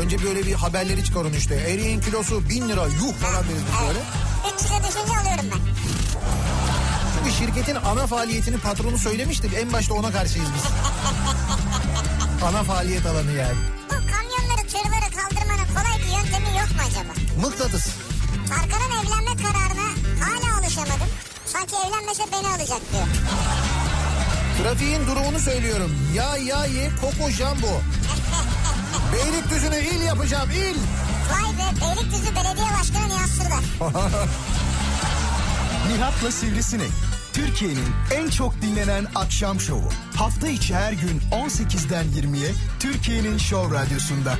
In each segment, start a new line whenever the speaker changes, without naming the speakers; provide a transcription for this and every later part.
Önce böyle bir haberleri çıkarın işte. Eriğin kilosu bin lira yuh falan deriz biz böyle.
Ben kilo düşünce alıyorum ben.
Çünkü şirketin ana faaliyetini patronu söylemiştir. En başta ona karşıyız biz. ana faaliyet alanı yani.
Bu kamyonları tırları kaldırmanın kolay bir yöntemi yok mu acaba?
Mıknatıs.
Tarkan'ın evlenme kararına hala alışamadım. Sanki evlenmese beni alacak diyor.
Trafiğin durumunu söylüyorum. Ya ya ye koko jambo. Beylikdüzü'ne il yapacağım il.
Vay be Beylikdüzü Belediye Başkanı Nihat Sırdar.
Nihat'la Sivrisinek. Türkiye'nin en çok dinlenen akşam şovu. Hafta içi her gün 18'den 20'ye Türkiye'nin Show Radyosu'nda.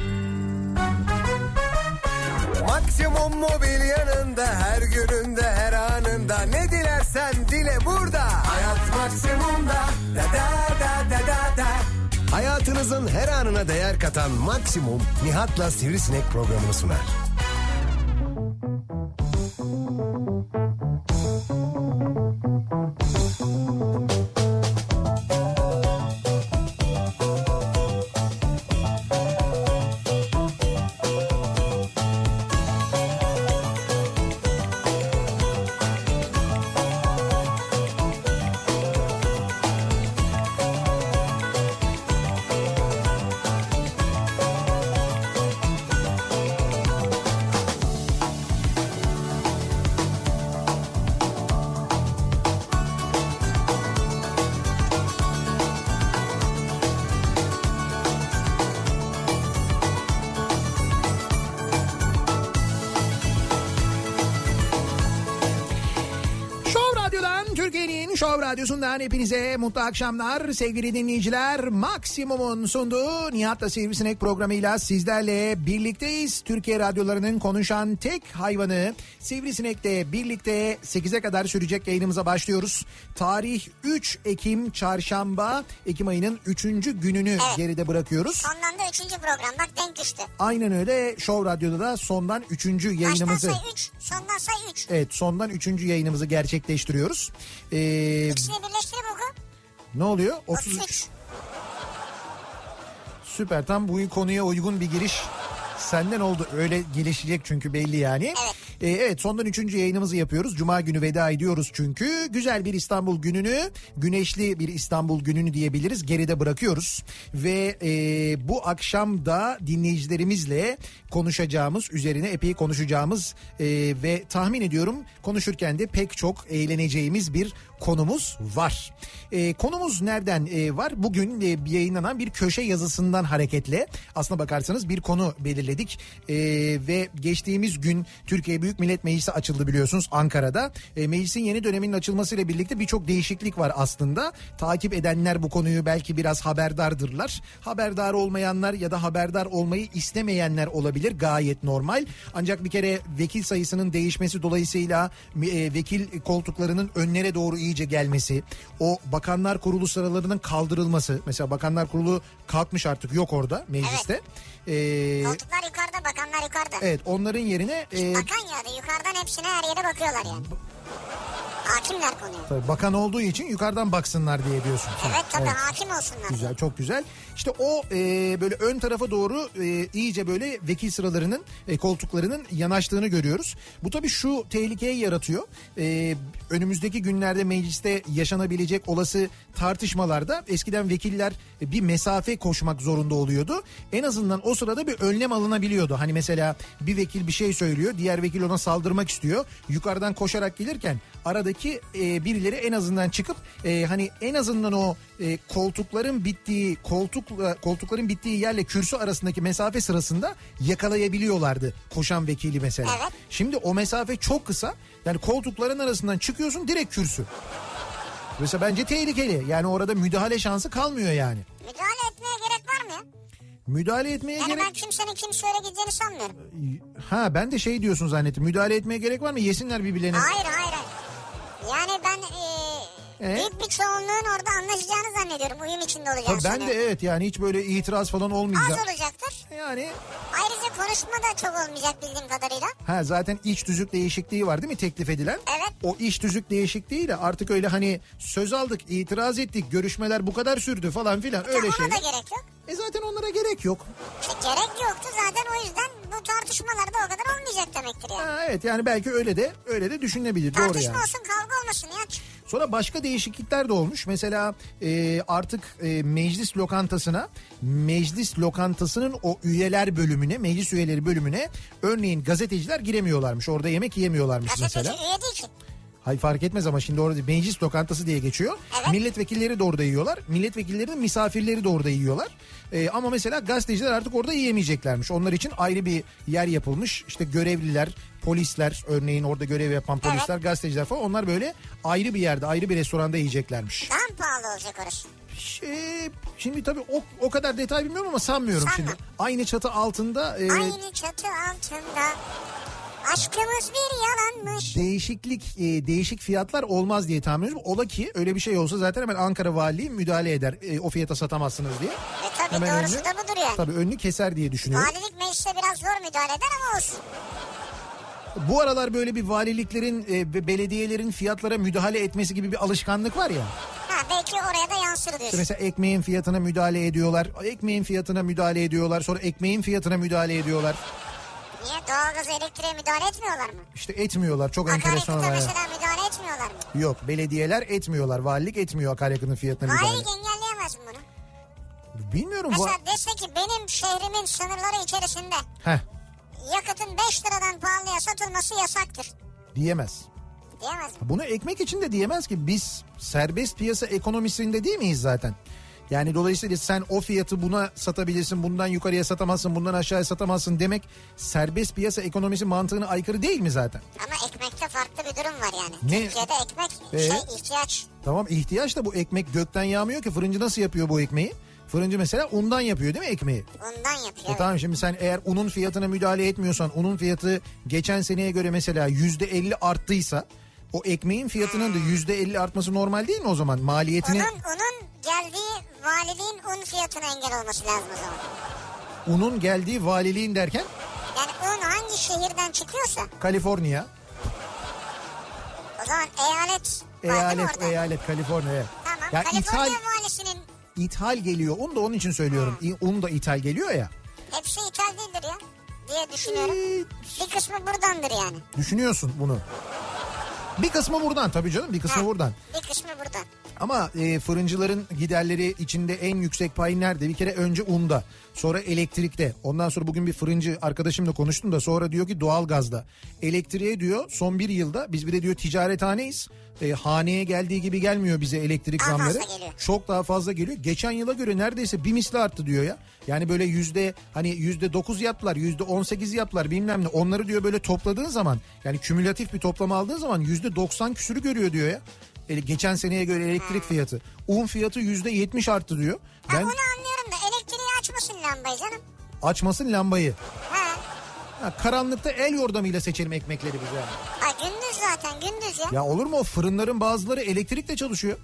Maksimum mobil yanında her gününde her anında ne dilersen dile burada. Hayat maksimumda da da da da da da. Hayatınızın her anına değer katan Maksimum Nihat'la Sivrisinek programını sunar.
Şov Radyo'dan Türkiye'nin Şov Radyosu'ndan hepinize mutlu akşamlar sevgili dinleyiciler. Maksimum'un sunduğu Nihat'la Sivrisinek programıyla sizlerle birlikteyiz. Türkiye radyolarının konuşan tek hayvanı Sivrisinek'le birlikte 8'e kadar sürecek yayınımıza başlıyoruz. Tarih 3 Ekim çarşamba Ekim ayının 3. gününü geride bırakıyoruz.
Ondan da üçüncü program bak denk düştü.
Aynen öyle Şov Radyo'da da sondan 3.
Baştan şey-
yayınımızı...
say 3, sondan say 3.
Evet sondan 3. yayınımızı gerçekleştiriyoruz. Ee,
İkisini birleştirip oku.
Ne oluyor? 33.
33.
Süper tam bu konuya uygun bir giriş senden oldu. Öyle gelişecek çünkü belli yani. Ee, evet sondan üçüncü yayınımızı yapıyoruz. Cuma günü veda ediyoruz çünkü. Güzel bir İstanbul gününü, güneşli bir İstanbul gününü diyebiliriz. Geride bırakıyoruz. Ve e, bu akşam da dinleyicilerimizle konuşacağımız, üzerine epey konuşacağımız e, ve tahmin ediyorum konuşurken de pek çok eğleneceğimiz bir konumuz var. E, konumuz nereden e, var? Bugün e, yayınlanan bir köşe yazısından hareketle aslına bakarsanız bir konu belirledik E, ve geçtiğimiz gün Türkiye Büyük Millet Meclisi açıldı biliyorsunuz Ankara'da. E, meclisin yeni döneminin açılmasıyla birlikte birçok değişiklik var aslında. Takip edenler bu konuyu belki biraz haberdardırlar. Haberdar olmayanlar ya da haberdar olmayı istemeyenler olabilir gayet normal. Ancak bir kere vekil sayısının değişmesi dolayısıyla e, vekil koltuklarının önlere doğru iyice gelmesi, o bakanlar kurulu sıralarının kaldırılması. Mesela bakanlar kurulu kalkmış artık yok orada mecliste. Ee,
Koltuklar yukarıda, bakanlar yukarıda.
evet onların yerine e,
Bakan ya da yukarıdan hepsine her yere bakıyorlar yani. Hakimler konuyu.
tabii bakan olduğu için yukarıdan baksınlar diye diyorsun. sen.
Evet tabii hakim olsunlar.
Güzel çok güzel. İşte o e, böyle ön tarafa doğru e, iyice böyle vekil sıralarının e, koltuklarının yanaştığını görüyoruz. Bu tabii şu tehlikeyi yaratıyor. E, önümüzdeki günlerde mecliste yaşanabilecek olası tartışmalarda eskiden vekiller e, bir mesafe koşmak zorunda oluyordu. En azından o sırada bir önlem alınabiliyordu. Hani mesela bir vekil bir şey söylüyor diğer vekil ona saldırmak istiyor. Yukarıdan koşarak gelirken aradaki e, birileri en azından çıkıp e, hani en azından o e, koltukların bittiği koltukla koltukların bittiği yerle kürsü arasındaki mesafe sırasında yakalayabiliyorlardı koşan vekili mesela.
Evet.
Şimdi o mesafe çok kısa. Yani koltukların arasından çıkıyorsun direkt kürsü. Mesela bence tehlikeli. Yani orada müdahale şansı kalmıyor yani.
Müdahale etmeye gerek var mı ya?
Müdahale etmeye
Yani ben
gerek...
kimsenin kimseye gideceğini sanmıyorum.
Ha ben de şey diyorsun zannettim. Müdahale etmeye gerek var mı? Yesinler birbirlerini.
Hayır hayır. hayır. Yani ben e,
Ee?
büyük bir çoğunluğun orada anlaşacağını zannediyorum. Uyum içinde
Ha,
olacağını
ben de
sanıyorum.
evet yani hiç böyle itiraz falan
Az
olmayacak.
olacaktır.
Yani
Ayrıca konuşma da çok olmayacak bildiğim kadarıyla.
Ha zaten iç düzük değişikliği var değil mi teklif edilen?
Evet.
O iç düzük değişikliğiyle artık öyle hani söz aldık, itiraz ettik, görüşmeler bu kadar sürdü falan filan öyle
Öyle
şey.
Ona da gerek yok.
E zaten onlara gerek yok.
E, gerek yoktu zaten demektir yani.
Ha, evet yani belki öyle de öyle de düşünülebilir. Doğru
Tartışma
yani.
olsun kavga olmasın ya.
Sonra başka değişiklikler de olmuş. Mesela e, artık e, meclis lokantasına, meclis lokantasının o üyeler bölümüne, meclis üyeleri bölümüne örneğin gazeteciler giremiyorlarmış. Orada yemek yiyemiyorlarmış
Gazeteci
mesela.
üye değil ki.
Hayır fark etmez ama şimdi orada meclis lokantası diye geçiyor.
Evet.
Milletvekilleri de orada yiyorlar. Milletvekillerinin misafirleri de orada yiyorlar. Ee, ama mesela gazeteciler artık orada yiyemeyeceklermiş. Onlar için ayrı bir yer yapılmış. İşte görevliler, polisler örneğin orada görev yapan polisler, gazeteciler falan onlar böyle ayrı bir yerde, ayrı bir restoranda yiyeceklermiş.
Daha mı pahalı olacak orası?
Şey, şimdi tabii o, o kadar detay bilmiyorum ama sanmıyorum
Sanma.
şimdi. Aynı çatı altında e,
Aynı çatı altında. Aşkımız bir yalanmış.
değişiklik e, değişik fiyatlar olmaz diye tahmin ediyorum. Ola ki öyle bir şey olsa zaten hemen Ankara Valiliği müdahale eder. E, o fiyata satamazsınız diye.
E tabii
hemen
doğrusu da budur yani.
Tabii önünü keser diye düşünüyorum.
Valilik meclise biraz zor müdahale eder ama olsun.
Bu aralar böyle bir valiliklerin e, ve belediyelerin fiyatlara müdahale etmesi gibi bir alışkanlık var ya.
Ha belki oraya da yansır
İşte
diyorsun.
mesela ekmeğin fiyatına müdahale ediyorlar. Ekmeğin fiyatına müdahale ediyorlar. Sonra ekmeğin fiyatına müdahale ediyorlar.
Niye doğalgaz elektriğe müdahale etmiyorlar mı?
İşte etmiyorlar. Çok enteresan
Akaryakıta
olay.
mesela müdahale etmiyorlar mı?
Yok belediyeler etmiyorlar. Valilik etmiyor akaryakıtın fiyatına müdahale.
Valilik engelleyemez mi bunu?
Bilmiyorum. bu.
Mesela dese ki benim şehrimin sınırları içerisinde
Heh,
yakıtın 5 liradan pahalıya satılması yasaktır.
diyemez.
Diyemez mi?
Bunu ekmek için de diyemez ki biz serbest piyasa ekonomisinde değil miyiz zaten? Yani dolayısıyla sen o fiyatı buna satabilirsin, bundan yukarıya satamazsın, bundan aşağıya satamazsın demek serbest piyasa ekonomisi mantığına aykırı değil mi zaten?
Ama ekmekte farklı bir durum var yani.
Ne?
Türkiye'de ekmek
Ee?
şey ihtiyaç.
Tamam ihtiyaç da bu ekmek gökten yağmıyor ki fırıncı nasıl yapıyor bu ekmeği? Fırıncı mesela undan yapıyor değil mi ekmeği?
Ondan yapıyor.
E tamam şimdi sen eğer unun fiyatına müdahale etmiyorsan unun fiyatı geçen seneye göre mesela yüzde elli arttıysa o ekmeğin fiyatının da yüzde elli artması normal değil mi o zaman? Maliyetini
Onun, onun geldiği valiliğin un fiyatına engel olması lazım o zaman.
unun geldiği valiliğin derken
Yani un hangi şehirden çıkıyorsa
Kaliforniya,
o zaman eyalet var değil mi
eyalet,
orada?
eyalet Kaliforniya. evet.
Tamam.
Ya
Kaliforniya
ithal,
valisinin
ithal geliyor. Un da onun için söylüyorum. İ- Un da ithal geliyor ya.
hepsi ithal değildir ya diye düşünüyorum.
Ee,
Bir kısmı buradandır yani.
Düşünüyorsun bunu. Bir kısmı buradan tabii canım bir kısmı
Ha,
buradan.
Bir kısmı buradan.
Ama e, fırıncıların giderleri içinde en yüksek pay nerede? Bir kere önce unda, sonra elektrikte. Ondan sonra bugün bir fırıncı arkadaşımla konuştum da sonra diyor ki doğalgazda. Elektriğe diyor son bir yılda biz bir de diyor ticarethaneyiz. E, haneye geldiği gibi gelmiyor bize elektrik
Daha
zamları.
fazla geliyor.
Çok daha fazla geliyor. Geçen yıla göre neredeyse bir misli arttı diyor ya. Yani böyle yüzde hani yüzde dokuz yaptılar, yüzde on sekiz yaptılar bilmem ne. Onları diyor böyle topladığın zaman yani kümülatif bir toplam aldığın zaman yüzde doksan küsürü görüyor diyor ya. Ele- Geçen seneye göre elektrik fiyatı. Un fiyatı yüzde yetmiş arttı diyor.
Ha,
Ben
onu anlıyorum da elektriği açmasın lambayı canım.
açmasın lambayı.
Ha.
Ha, karanlıkta el yordamıyla seçelim ekmekleri biz yani.
ha gündüz zaten gündüz ya.
Ya olur mu o fırınların bazıları elektrikle çalışıyor.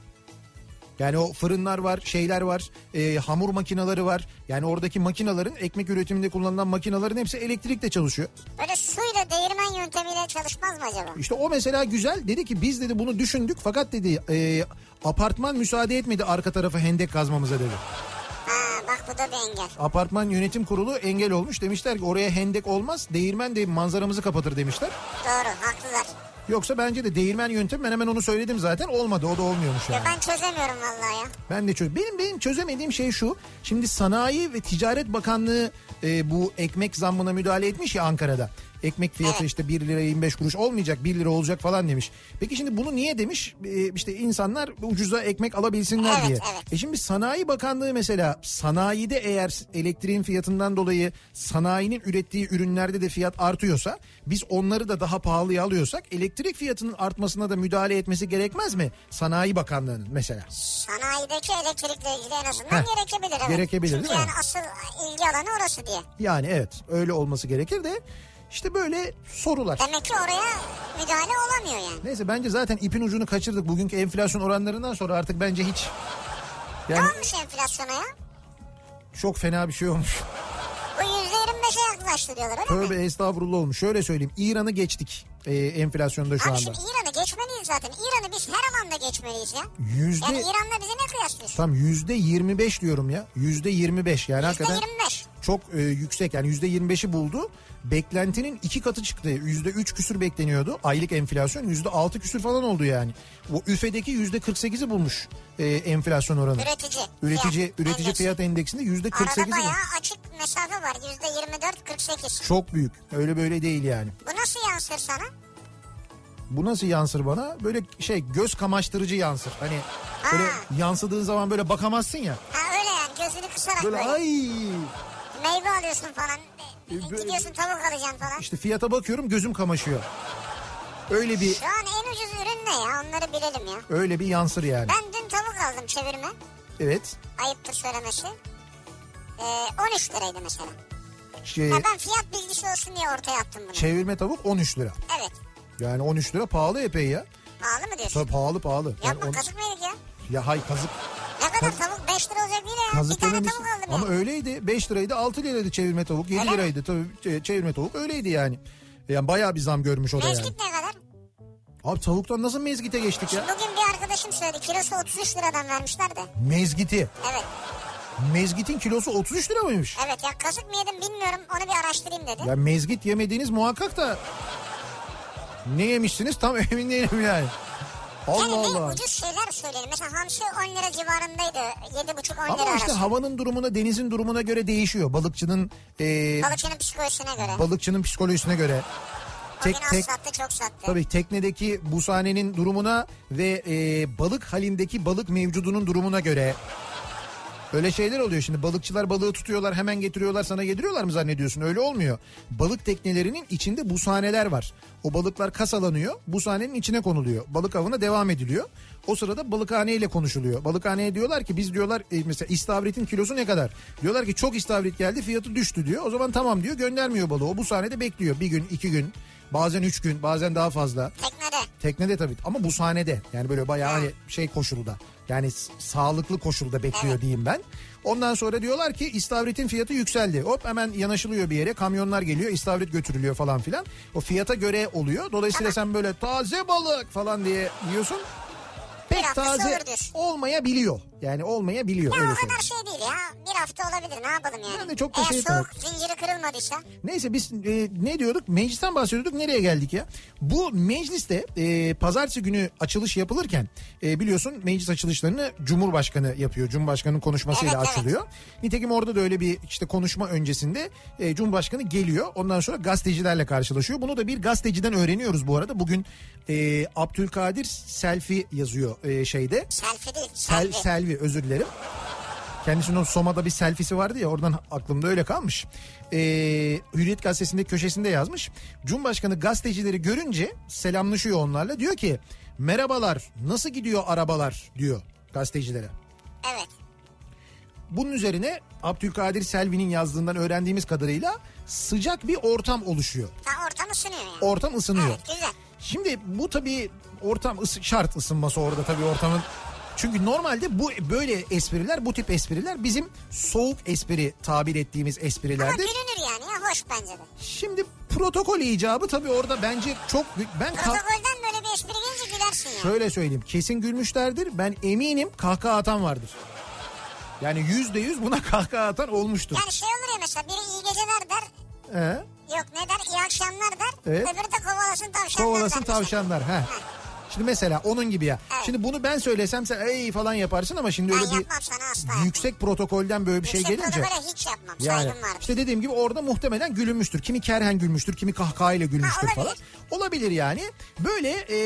Yani o fırınlar var, şeyler var, e, hamur makineleri var. Yani oradaki makinelerin, ekmek üretiminde kullanılan makinelerin hepsi elektrikle çalışıyor.
Böyle suyla değirmen yöntemiyle çalışmaz mı acaba?
İşte o mesela güzel. Dedi ki biz dedi bunu düşündük fakat dedi e, apartman müsaade etmedi arka tarafa hendek kazmamıza dedi.
Ha bak bu da bir engel.
Apartman yönetim kurulu engel olmuş. Demişler ki oraya hendek olmaz, değirmen de manzaramızı kapatır demişler.
Doğru haklılar.
Yoksa bence de değirmen yöntemi ben hemen onu söyledim zaten olmadı o da olmuyormuş yani.
Ya ben çözemiyorum vallahi ya.
Ben de çöz. Benim benim çözemediğim şey şu. Şimdi Sanayi ve Ticaret Bakanlığı e, bu ekmek zammına müdahale etmiş ya Ankara'da. Ekmek fiyatı
Evet.
işte 1 lira 25 kuruş olmayacak 1 lira olacak falan demiş. Peki şimdi bunu niye demiş? E, işte insanlar ucuza ekmek alabilsinler
Evet,
diye.
evet.
E şimdi Sanayi Bakanlığı mesela sanayide eğer elektriğin fiyatından dolayı sanayinin ürettiği ürünlerde de fiyat artıyorsa biz onları da daha pahalıya alıyorsak elektrik fiyatının artmasına da müdahale etmesi gerekmez mi? Sanayi Bakanlığı'nın mesela.
Sanayideki elektrikle ilgili en azından
Heh,
gerekebilir. Evet.
gerekebilir,
Çünkü
değil mi?
yani asıl ilgi alanı orası diye.
Yani evet öyle olması gerekir de işte böyle sorular.
Demek ki oraya müdahale olamıyor yani.
Neyse bence zaten ipin ucunu kaçırdık bugünkü enflasyon oranlarından sonra artık bence hiç yani
Ne olmuş enflasyona ya?
çok fena bir şey olmuş.
Bu yüzde yirmi beşe yaklaştı diyorlar öyle mi?
Tövbe estağfurullah olmuş. Şöyle söyleyeyim İran'ı geçtik e, enflasyonda şu
Abi
anda.
şimdi İran'ı geçmeliyiz zaten. İran'ı biz her alanda geçmeliyiz ya. Yani
Yüzde
İran'la bizi ne kıyaslıyorsun?
tam yüzde 25 diyorum ya. Yüzde 25 yani
Yüzde
hakikaten
yirmi beş.
çok e, yüksek yani yüzde 25'i buldu. Beklentinin iki katı çıktı. Yüzde 3 küsür bekleniyordu. Aylık enflasyon yüzde 6 küsür falan oldu yani. O üfedeki yüzde 48'i bulmuş e, enflasyon oranı.
Üretici.
Üretici,
fiyat
üretici
endeksi.
fiyat endeksinde yüzde 48'i
Arada bayağı
bulmuş.
açık mesafe var. Yüzde 24-48.
Çok büyük. Öyle böyle değil yani.
Bu nasıl yansır sana?
Bu nasıl yansır bana? Böyle şey göz kamaştırıcı yansır. Hani böyle
Ha.
yansıdığın zaman böyle bakamazsın ya.
Ha öyle yani gözünü kısarak
Böyle
böyle.
ay Ee,
Meyve alıyorsun falan. E,
böyle-
Gidiyorsun tavuk alacaksın falan.
işte fiyata bakıyorum gözüm kamaşıyor. Öyle bir
Şu an en ucuz ürün ne ya onları bilelim ya.
öyle bir yansır yani.
Ben dün tavuk aldım çevirme.
Evet.
Ayıptır söylemesi. Ee, 13 liraydı mesela.
Şey,
Ya ben fiyat bilgisi olsun diye ortaya attım bunu.
çevirme tavuk 13 lira.
Evet.
Yani 13 lira pahalı epey ya.
Pahalı mı diyorsun?
Tabii Ee, pahalı pahalı. Yani
Yapma
on-
kazık mıydık ya?
ya hay kazık
Ne kadar tavuk 5 lira olacak değil ya. Bir
kazık
tane
dememişsin.
tavuk aldım
Ama
ya.
öyleydi. 5 liraydı 6 liraydı çevirme tavuk. 7
Öyle mi?
liraydı tabii çe- çevirme tavuk öyleydi yani. Yani bayağı bir zam görmüş o da yani.
Mezgit ne kadar?
Abi tavuktan nasıl mezgite geçtik ya?
Bugün bir arkadaşım söyledi kilosu 33 liradan vermişler de.
Mezgiti.
Evet.
Mezgitin kilosu 33 lira mıymış?
Evet ya kazık mı yedim bilmiyorum onu bir araştırayım dedi.
Ya mezgit yemediğiniz muhakkak da ne yemişsiniz tam emin değilim yani.
yani
Allah
ne
Allah.
ucuz şeyler söyleyelim. Mesela hamsi 10 lira civarındaydı. 7,5-10 lira
Ama
arası.
işte havanın durumuna denizin durumuna göre değişiyor. Balıkçının e,
Balıkçının psikolojisine göre.
balıkçının psikolojisine göre. Tek
Bugün az
tek
sattı çok sattı.
tabii teknedeki bushanenin durumuna ve e, balık halindeki balık mevcudunun durumuna göre. Öyle şeyler oluyor şimdi balıkçılar balığı tutuyorlar hemen getiriyorlar sana getiriyorlar mı zannediyorsun öyle olmuyor. Balık teknelerinin içinde bushaneler var. O balıklar kasalanıyor bushanenin içine konuluyor. Balık avına devam ediliyor. O sırada balıkhane ile konuşuluyor. Balıkhaneye diyorlar ki biz diyorlar e, mesela istavritin kilosu ne kadar? Diyorlar ki çok istavrit geldi fiyatı düştü diyor. O zaman tamam diyor göndermiyor balığı. O bushanede bekliyor bir gün iki gün bazen üç gün bazen daha fazla.
Teknede.
Teknede tabii ama bu sahnede yani böyle bayağı hani
Ah.
şey koşulda yani s- sağlıklı koşulda bekliyor diyeyim ben. Ondan sonra diyorlar ki istavritin fiyatı yükseldi. Hop hemen yanaşılıyor bir yere kamyonlar geliyor istavrit götürülüyor falan filan. O fiyata göre oluyor. Dolayısıyla sen böyle taze balık falan diye yiyorsun.
Bir
Pek
hafta
taze
sığırdır.
olmayabiliyor. Yani olmayabiliyor.
Ya
öyle
o kadar
söyleyeyim.
şey değil ya. Bir hafta olabilir ne yapalım yani.
Yani çok da
Eğer
şey
soğuk zinciri kırılmadıysa.
Neyse biz e, ne diyorduk? Meclisten bahsediyorduk. Nereye geldik ya? Bu mecliste e, pazartesi günü açılış yapılırken e, biliyorsun meclis açılışlarını Cumhurbaşkanı yapıyor. Cumhurbaşkanının konuşmasıyla
Evet, evet.
açılıyor. Nitekim orada da öyle bir işte konuşma öncesinde e, Cumhurbaşkanı geliyor. Ondan sonra gazetecilerle karşılaşıyor. Bunu da bir gazeteciden öğreniyoruz bu arada. Bugün e, Abdülkadir Selfie yazıyor e, şeyde.
Selfie değil.
Sel,
Selfie.
selvi özür dilerim. Kendisinin o Soma'da bir selfie'si vardı ya oradan aklımda öyle kalmış. Ee, Hürriyet gazetesinde köşesinde yazmış. Cumhurbaşkanı gazetecileri görünce selamlaşıyor onlarla. Diyor ki merhabalar nasıl gidiyor arabalar diyor gazetecilere.
Evet.
Bunun üzerine Abdülkadir Selvi'nin yazdığından öğrendiğimiz kadarıyla sıcak bir ortam oluşuyor.
Ha, ortamı sunuyor yani.
Ortam ısınıyor.
Evet güzel.
Şimdi bu tabii ortam ısı, şart ısınması orada tabii ortamın. Çünkü normalde bu böyle espriler, bu tip espriler bizim soğuk espri tabir ettiğimiz
Ama
esprilerde.
gülünür yani ya hoş bence de.
Şimdi protokol icabı tabii orada bence çok ben kah-
Protokolden böyle bir espri gelince gülersin ya.
şöyle söyleyeyim kesin gülmüşlerdir. Ben eminim kahkaha atan vardır. Yani yüzde yüz buna kahkaha atan olmuştur.
Yani şey olur ya mesela biri iyi geceler der.
He?
Yok ne der iyi akşamlar der.
Evet.
Öbürü de kovalasın tavşanlar
Kovalasın
der mesela.
tavşanlar. He. Şimdi mesela onun gibi ya.
Evet.
Şimdi bunu ben söylesem sen ey falan yaparsın ama şimdi
Ben
öyle bir
yapmam sana asla.
yüksek protokolden böyle bir şey
Yüksek
gelince.
protokole hiç yapmam.
Yani
Saygım var.
işte dediğim gibi orada muhtemelen gülünmüştür. Kimi kerhen gülmüştür, kimi kahkahayla gülmüştür
Ha,
falan.
olabilir.
Olabilir yani. Böyle e,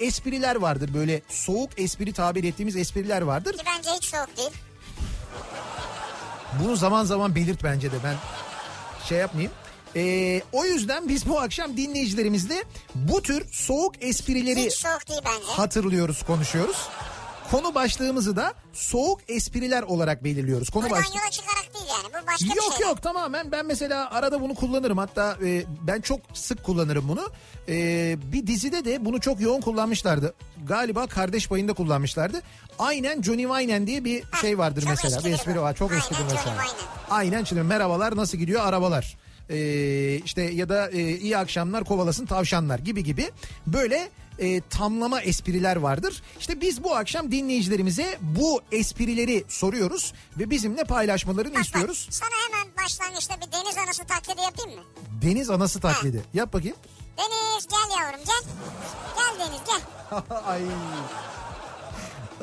espriler vardır. Böyle soğuk espri tabir ettiğimiz espriler vardır.
Ki bence hiç soğuk değil.
Bunu zaman zaman belirt bence de ben şey yapmayayım. E, o yüzden biz bu akşam dinleyicilerimizle bu tür soğuk esprileri
Hiç soğuk değil bence.
hatırlıyoruz, konuşuyoruz. Konu başlığımızı da soğuk espriler olarak belirliyoruz. Konu
Buradan
başlığı.
yola çıkarak değil yani. Bu başka bir
Yok
şey.
yok tamamen ben mesela arada bunu kullanırım hatta e, ben çok sık kullanırım bunu. E, bir dizide de bunu çok yoğun kullanmışlardı. Galiba Kardeş Payı'nda kullanmışlardı. Aynen Johnny Wayne diye bir şey vardır
çok
mesela. Bir
eskidir
espri
bu.
var çok
Aynen
eskidir
Johnny
mesela.
Wayne.
Aynen şimdi merhabalar nasıl gidiyor arabalar. e, işte ya da e, iyi akşamlar kovalasın tavşanlar gibi gibi böyle e, tamlama espriler vardır. İşte biz bu akşam dinleyicilerimize bu esprileri soruyoruz ve bizimle paylaşmalarını
Bak bak
istiyoruz.
sana hemen başlangıçta bir deniz anası taklidi yapayım mı?
Deniz anası taklidi. Yap bakayım.
Deniz gel yavrum gel. Gel Deniz gel.
Ay.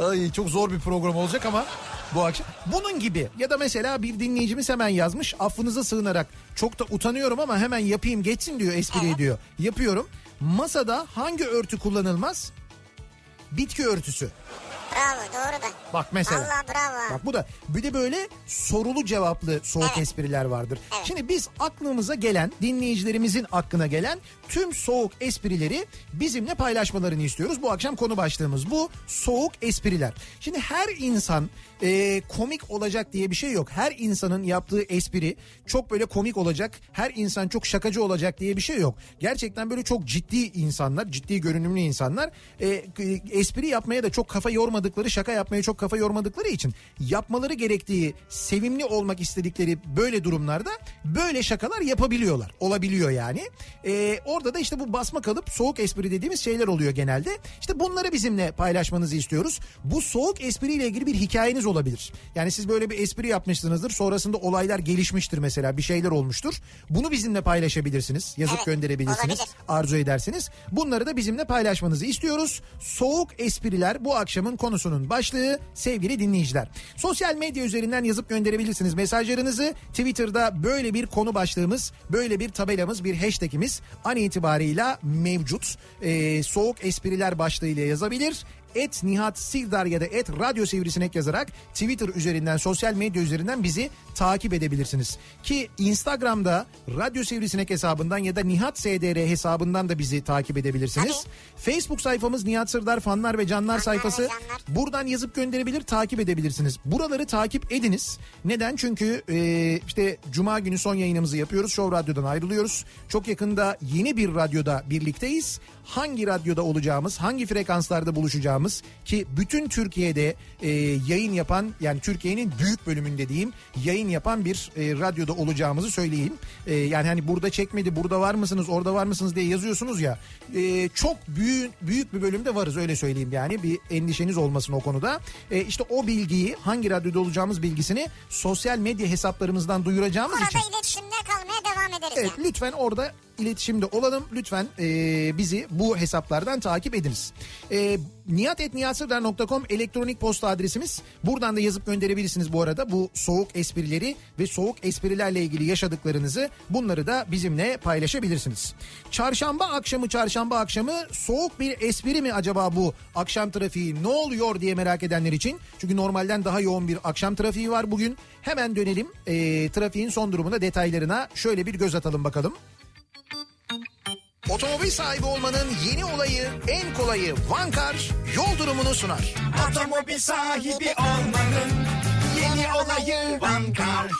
Ay çok zor bir program olacak ama bu akşam. Bunun gibi ya da mesela bir dinleyicimiz hemen yazmış. Affınıza sığınarak çok da utanıyorum ama hemen yapayım geçsin diyor espri
Evet.
ediyor. Yapıyorum. Masada hangi örtü kullanılmaz? Bitki örtüsü.
Bravo doğru da.
Bak mesela.
Valla bravo.
Bak bu da bir de böyle sorulu cevaplı soğuk
Evet.
espriler vardır.
Evet.
Şimdi biz aklımıza gelen dinleyicilerimizin aklına gelen tüm soğuk esprileri bizimle paylaşmalarını istiyoruz. Bu akşam konu başlığımız bu soğuk espriler. Şimdi her insan e, komik olacak diye bir şey yok. Her insanın yaptığı espri çok böyle komik olacak. Her insan çok şakacı olacak diye bir şey yok. Gerçekten böyle çok ciddi insanlar, ciddi görünümlü insanlar e, e, espri yapmaya da çok kafa yormadıkları, şaka yapmaya çok kafa yormadıkları için yapmaları gerektiği, sevimli olmak istedikleri böyle durumlarda böyle şakalar yapabiliyorlar. Olabiliyor yani. E, orada da işte bu basma kalıp soğuk espri dediğimiz şeyler oluyor genelde. İşte bunları bizimle paylaşmanızı istiyoruz. Bu soğuk espriyle ilgili bir hikayeniz olabilir. Yani siz böyle bir espri yapmışsınızdır. Sonrasında olaylar gelişmiştir mesela bir şeyler olmuştur. Bunu bizimle paylaşabilirsiniz. Yazıp
Evet,
gönderebilirsiniz.
olabilir.
Arzu ederseniz. Bunları da bizimle paylaşmanızı istiyoruz. Soğuk espriler bu akşamın konusunun başlığı sevgili dinleyiciler. Sosyal medya üzerinden yazıp gönderebilirsiniz mesajlarınızı. Twitter'da böyle bir konu başlığımız, böyle bir tabelamız, bir hashtagimiz an itibarıyla mevcut. Ee, soğuk espriler başlığıyla yazabilir et Nihat Sildar ya da et Radyo Sivrisinek yazarak Twitter üzerinden sosyal medya üzerinden bizi takip edebilirsiniz. Ki Instagram'da Radyo Sivrisinek hesabından ya da Nihat SDR hesabından da bizi takip edebilirsiniz. Facebook sayfamız Nihat Sırdar fanlar ve canlar
Fanlar ve
sayfası.
canlar.
Buradan yazıp gönderebilir, takip edebilirsiniz. Buraları takip ediniz. Neden? Çünkü e, işte Cuma günü son yayınımızı yapıyoruz. Show Radyo'dan ayrılıyoruz. Çok yakında yeni bir radyoda birlikteyiz. Hangi radyoda olacağımız, hangi frekanslarda buluşacağımız ki bütün Türkiye'de e, yayın yapan yani Türkiye'nin büyük bölümünde diyeyim yayın yapan bir e, radyoda olacağımızı söyleyeyim. E, yani hani burada çekmedi, burada var mısınız, orada var mısınız diye yazıyorsunuz ya. E, çok büyük büyük bir bölümde varız öyle söyleyeyim yani. Bir endişeniz olmasın o konuda. E, işte o bilgiyi hangi radyoda olacağımız bilgisini sosyal medya hesaplarımızdan duyuracağımız için.
Orada iletişimde kalmaya devam ederiz
Evet
yani.
lütfen orada iletişimde olalım. Lütfen e, bizi bu hesaplardan takip ediniz. E, niyatetniyatsırdar.com elektronik posta adresimiz. Buradan da yazıp gönderebilirsiniz bu arada bu soğuk esprileri ve soğuk esprilerle ilgili yaşadıklarınızı bunları da bizimle paylaşabilirsiniz. Çarşamba akşamı çarşamba akşamı soğuk bir espri mi acaba bu akşam trafiği ne oluyor diye merak edenler için. Çünkü normalden daha yoğun bir akşam trafiği var bugün. Hemen dönelim e, trafiğin son durumuna detaylarına şöyle bir göz atalım bakalım. Otomobil sahibi olmanın yeni olayı, en kolayı Vankar yol durumunu sunar.
Otomobil sahibi olmanın yeni olayı Vankar.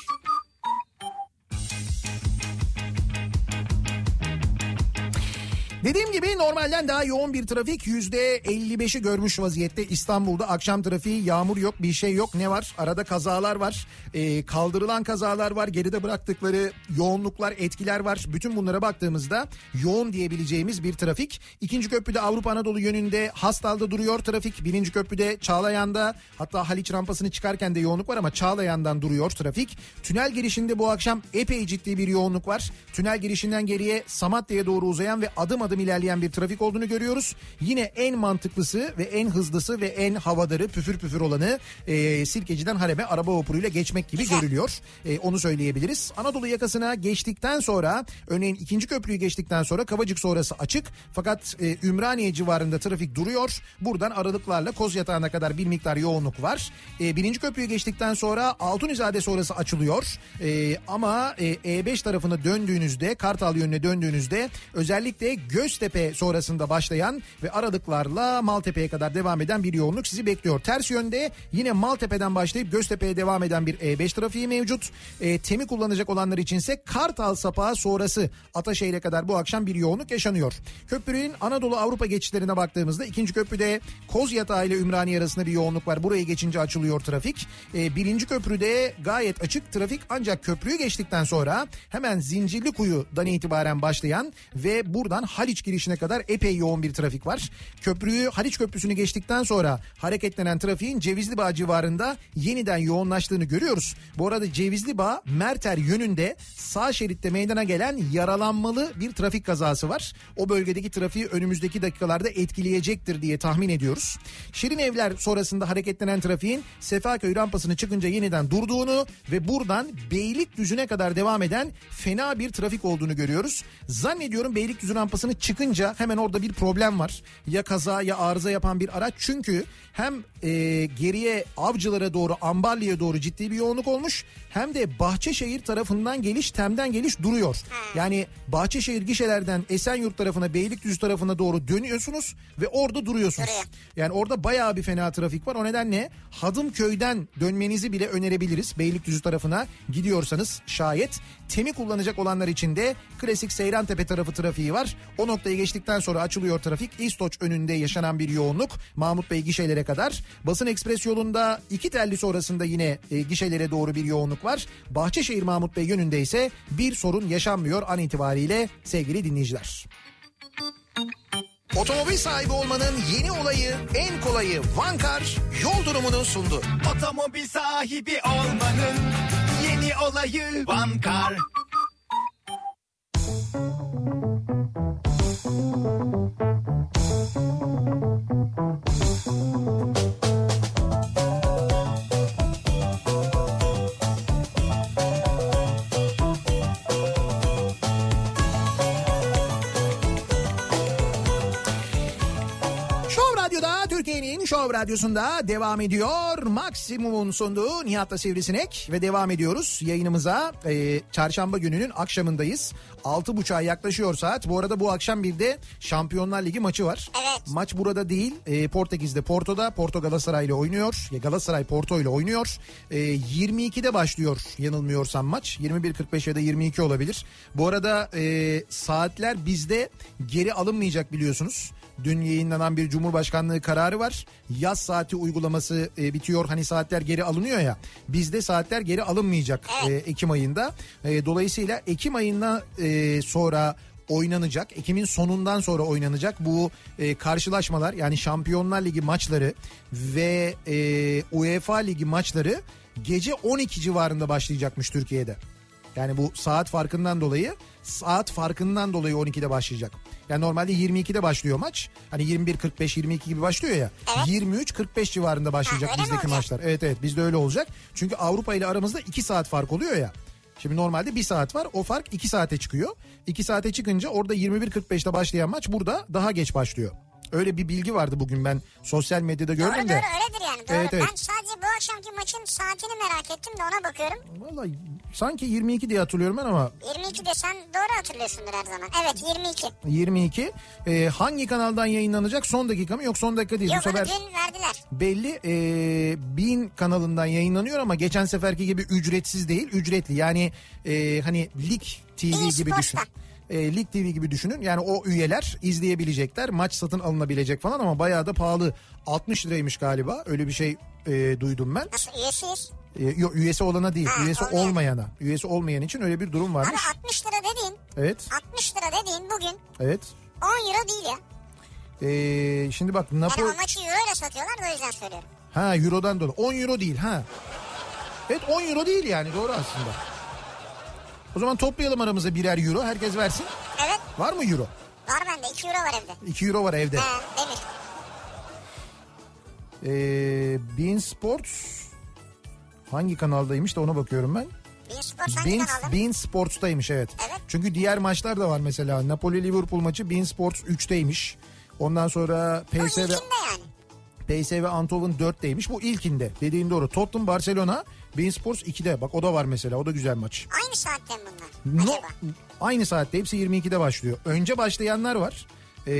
Dediğim gibi normalden daha yoğun bir trafik %55'i görmüş vaziyette İstanbul'da akşam trafiği yağmur yok bir şey yok ne var arada kazalar var Ee, kaldırılan kazalar var geride bıraktıkları yoğunluklar etkiler var bütün bunlara baktığımızda yoğun diyebileceğimiz bir trafik İkinci köprüde Avrupa Anadolu yönünde Hastal'da duruyor trafik birinci köprüde Çağlayan'da hatta Haliç rampasını çıkarken de yoğunluk var ama Çağlayan'dan duruyor trafik tünel girişinde bu akşam epey ciddi bir yoğunluk var tünel girişinden geriye Samatya'ya doğru uzayan ve adım adım ilerleyen bir trafik olduğunu görüyoruz. Yine en mantıklısı ve en hızlısı ve en havadarı püfür püfür olanı e, Sirkeci'den Harem'e araba vapuruyla geçmek gibi görülüyor. E, onu söyleyebiliriz. Anadolu yakasına geçtikten sonra örneğin ikinci köprüyü geçtikten sonra Kavacık sonrası açık. Fakat e, Ümraniye civarında trafik duruyor. Buradan aralıklarla Koz Yatağı'na kadar bir miktar yoğunluk var. E, birinci köprüyü geçtikten sonra Altunizade sonrası açılıyor. E, ama e, E5 tarafına döndüğünüzde Kartal yönüne döndüğünüzde özellikle Gö Göztepe sonrasında başlayan ve aralıklarla Maltepe'ye kadar devam eden bir yoğunluk sizi bekliyor. Ters yönde yine Maltepe'den başlayıp Göztepe'ye devam eden bir E5 trafiği mevcut. E, temi kullanacak olanlar içinse Kartal Sapağı sonrası Ataşehir'e kadar bu akşam bir yoğunluk yaşanıyor. Köprünün Anadolu Avrupa geçişlerine baktığımızda ikinci köprüde Koz Yatağı ile Ümraniye arasında bir yoğunluk var. Buraya geçince açılıyor trafik. E, birinci köprüde gayet açık trafik ancak köprüyü geçtikten sonra hemen Zincirlikuyu'dan itibaren başlayan ve buradan Haliç girişine kadar epey yoğun bir trafik var. Köprüyü Haliç Köprüsü'nü geçtikten sonra hareketlenen trafiğin Cevizli Bağ civarında yeniden yoğunlaştığını görüyoruz. Bu arada Cevizli Bağ Merter yönünde sağ şeritte meydana gelen yaralanmalı bir trafik kazası var. O bölgedeki trafiği önümüzdeki dakikalarda etkileyecektir diye tahmin ediyoruz. Şirin Evler sonrasında hareketlenen trafiğin Sefaköy rampasını çıkınca yeniden durduğunu ve buradan Beylikdüzü'ne kadar devam eden fena bir trafik olduğunu görüyoruz. Zannediyorum Beylikdüzü rampasını çıkınca hemen orada bir problem var. Ya kaza ya arıza yapan bir araç çünkü hem e, geriye avcılara doğru Ambarlı'ya doğru ciddi bir yoğunluk olmuş hem de Bahçeşehir tarafından geliş Tem'den geliş duruyor. Yani Bahçeşehir gişelerden Esenyurt tarafına Beylikdüzü tarafına doğru dönüyorsunuz ve orada duruyorsunuz.
Duruyor.
Yani orada bayağı bir fena trafik var. O nedenle Hadımköy'den dönmenizi bile önerebiliriz. Beylikdüzü tarafına gidiyorsanız şayet. Temi kullanacak olanlar için de klasik Seyrantepe tarafı trafiği var. O noktayı geçtikten sonra açılıyor trafik. İstoç önünde yaşanan bir yoğunluk. Mahmut Bey gişelere kadar. Basın Ekspres yolunda iki telli sonrasında yine e, gişelere doğru bir yoğunluk var. Bahçeşehir Mahmut Bey yönünde ise bir sorun yaşanmıyor an itibariyle sevgili dinleyiciler. Otomobil sahibi olmanın yeni olayı, en kolayı Vankar yol durumunu sundu.
Otomobil sahibi olmanın yeni olayı Bankar.
Şov Radyo'da Türkiye'nin Şov Radyosu'nda devam ediyor. Maksimum'un sunduğu Nihat'la Sivrisinek ve devam ediyoruz. Yayınımıza e, çarşamba gününün akşamındayız. 6.30'a yaklaşıyor saat. Bu arada bu akşam bir de Şampiyonlar Ligi maçı var.
Evet.
Maç burada değil e, Portekiz'de Porto'da. Porto Galatasaray ile oynuyor. Ya Galatasaray Porto ile oynuyor. E, 22'de başlıyor yanılmıyorsam maç. 21.45 ya da 22 olabilir. Bu arada e, saatler bizde geri alınmayacak biliyorsunuz. Dün yayınlanan bir Cumhurbaşkanlığı kararı var. Yaz saati uygulaması e, bitiyor. Hani saatler geri alınıyor ya. Bizde saatler geri alınmayacak e, Ekim ayında. E, dolayısıyla Ekim ayından e, sonra oynanacak. Ekim'in sonundan sonra oynanacak bu e, karşılaşmalar yani Şampiyonlar Ligi maçları ve e, UEFA Ligi maçları gece 12 civarında başlayacakmış Türkiye'de. Yani bu saat farkından dolayı saat farkından dolayı 12'de başlayacak. Yani normalde 22'de başlıyor maç. Hani 21.45 22 gibi başlıyor ya. 23.45 civarında başlayacak
Ha, öyle mi
bizdeki
olacak?
maçlar. Evet evet bizde öyle olacak. Çünkü Avrupa ile aramızda 2 saat fark oluyor ya. Şimdi normalde 1 saat var. O fark 2 saate çıkıyor. 2 saate çıkınca orada 21.45'te başlayan maç burada daha geç başlıyor. Öyle bir bilgi vardı bugün ben sosyal medyada gördüm
Doğru
de.
doğru öyledir yani. Doğru.
Evet, evet.
Ben sadece bu akşamki maçın saatini merak ettim de ona bakıyorum.
Vallahi sanki 22 diye hatırlıyorum ben ama
22 de sen doğru hatırlıyorsundur her zaman. Evet 22.
22. Ee, hangi kanaldan yayınlanacak? Son dakika mı? Yok son dakika değil.
Yok
Bu sefer
onu dün verdiler.
belli e, bin kanalından yayınlanıyor ama geçen seferki gibi ücretsiz değil. Ücretli yani e, hani Lig TV gibi
E-spor'da.
düşün. E, Lig TV gibi düşünün. Yani o üyeler izleyebilecekler. Maç satın alınabilecek falan ama bayağı da pahalı. 60 liraymış galiba. Öyle bir şey e, duydum ben.
Nasıl üyesiyiz?
E, yok üyesi olana değil.
Ha,
üyesi
olmayan.
olmayana. Üyesi olmayan için öyle bir durum
Abi
varmış.
60 lira dediğin
Evet.
60 lira dediğin bugün
Evet.
10 euro değil ya.
E, şimdi bak
Yani
Napoli...
o maçı euro ile satıyorlar da o yüzden söylüyorum.
Ha eurodan dolayı. 10 euro değil ha. Evet 10 euro değil yani doğru aslında. O zaman toplayalım aramıza birer euro. Herkes versin.
Evet
Var mı euro?
var bende 2 euro var evde.
2 euro var evde.
Ha, demir.
Ee, Bean Sports hangi kanaldaymış da ona bakıyorum ben.
Bein Sports hangi
Bean,
kanalda?
Bean Sports'taymış evet.
Evet.
Çünkü diğer maçlar da var mesela. Napoli Liverpool maçı Bean Sports 3'teymiş. Ondan sonra
Bu
PSV
ilkinde yani.
PSV Antov'un 4'teymiş. Bu ilkinde. Dediğin doğru. Tottenham Barcelona Bean Sports 2'de. Bak o da var mesela. O da güzel maç.
Aynı saatten bunlar.
No,
Acaba?
Aynı saatte hepsi 22'de başlıyor. Önce başlayanlar var. Ee,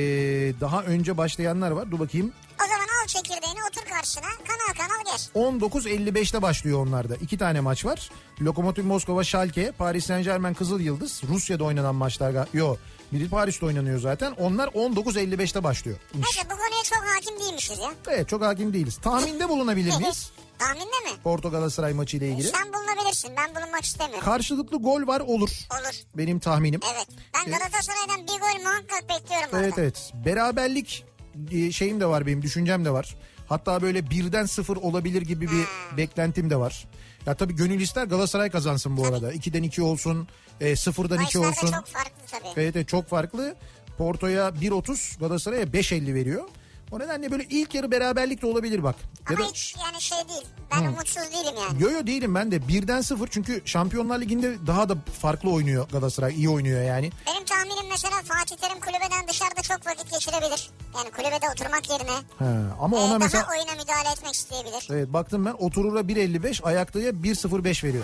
daha önce başlayanlar var. Dur bakayım.
O zaman al çekirdeğini otur karşına kanal kanal gez.
19.55'te başlıyor onlarda. İki tane maç var. Lokomotiv Moskova Schalke, Paris Saint Germain Kızıl Yıldız. Rusya'da oynanan maçlar. ga- Yo biri Paris'te oynanıyor zaten. Onlar 19.55'te başlıyor.
Neyse bu konuya çok hakim değilmişiz ya.
Evet çok hakim değiliz. Tahminde bulunabilir miyiz?
Tahminde mi?
Porto Galatasaray maçı ile ilgili.
Sen bulunabilirsin ben bulunmak istemiyorum.
Karşılıklı gol var olur.
Olur.
Benim tahminim.
Evet. Ben Galatasaray'dan bir gol muhakkak bekliyorum orada.
Ee, Evet evet. Beraberlik e, şeyim de var benim düşüncem de var. Hatta böyle birden sıfır olabilir gibi bir
Hmm.
beklentim de var. Ya tabii gönül ister Galatasaray kazansın bu arada. 2'den 2 olsun, e, 0'dan 2
Maçlar
olsun. Ee,
da çok farklı tabii.
Evet evet, çok farklı. Porto'ya 1.30 Galatasaray'a 5.50 veriyor. O nedenle böyle ilk yarı beraberlik de olabilir bak. Ya
Ama
da
hiç yani şey değil. Ben umutsuz değilim yani.
yo yo değilim ben de birden sıfır çünkü Şampiyonlar Ligi'nde daha da farklı oynuyor Galatasaray. iyi oynuyor yani.
Benim tahminim mesela Fatih Terim kulübeden dışarıda çok vakit geçirebilir. Yani kulübede oturmak yerine
Ha,
e,
ama ona
daha
mesela
oyuna müdahale etmek isteyebilir.
Evet baktım ben oturura 1.55 ayaktaya 1.05 veriyor.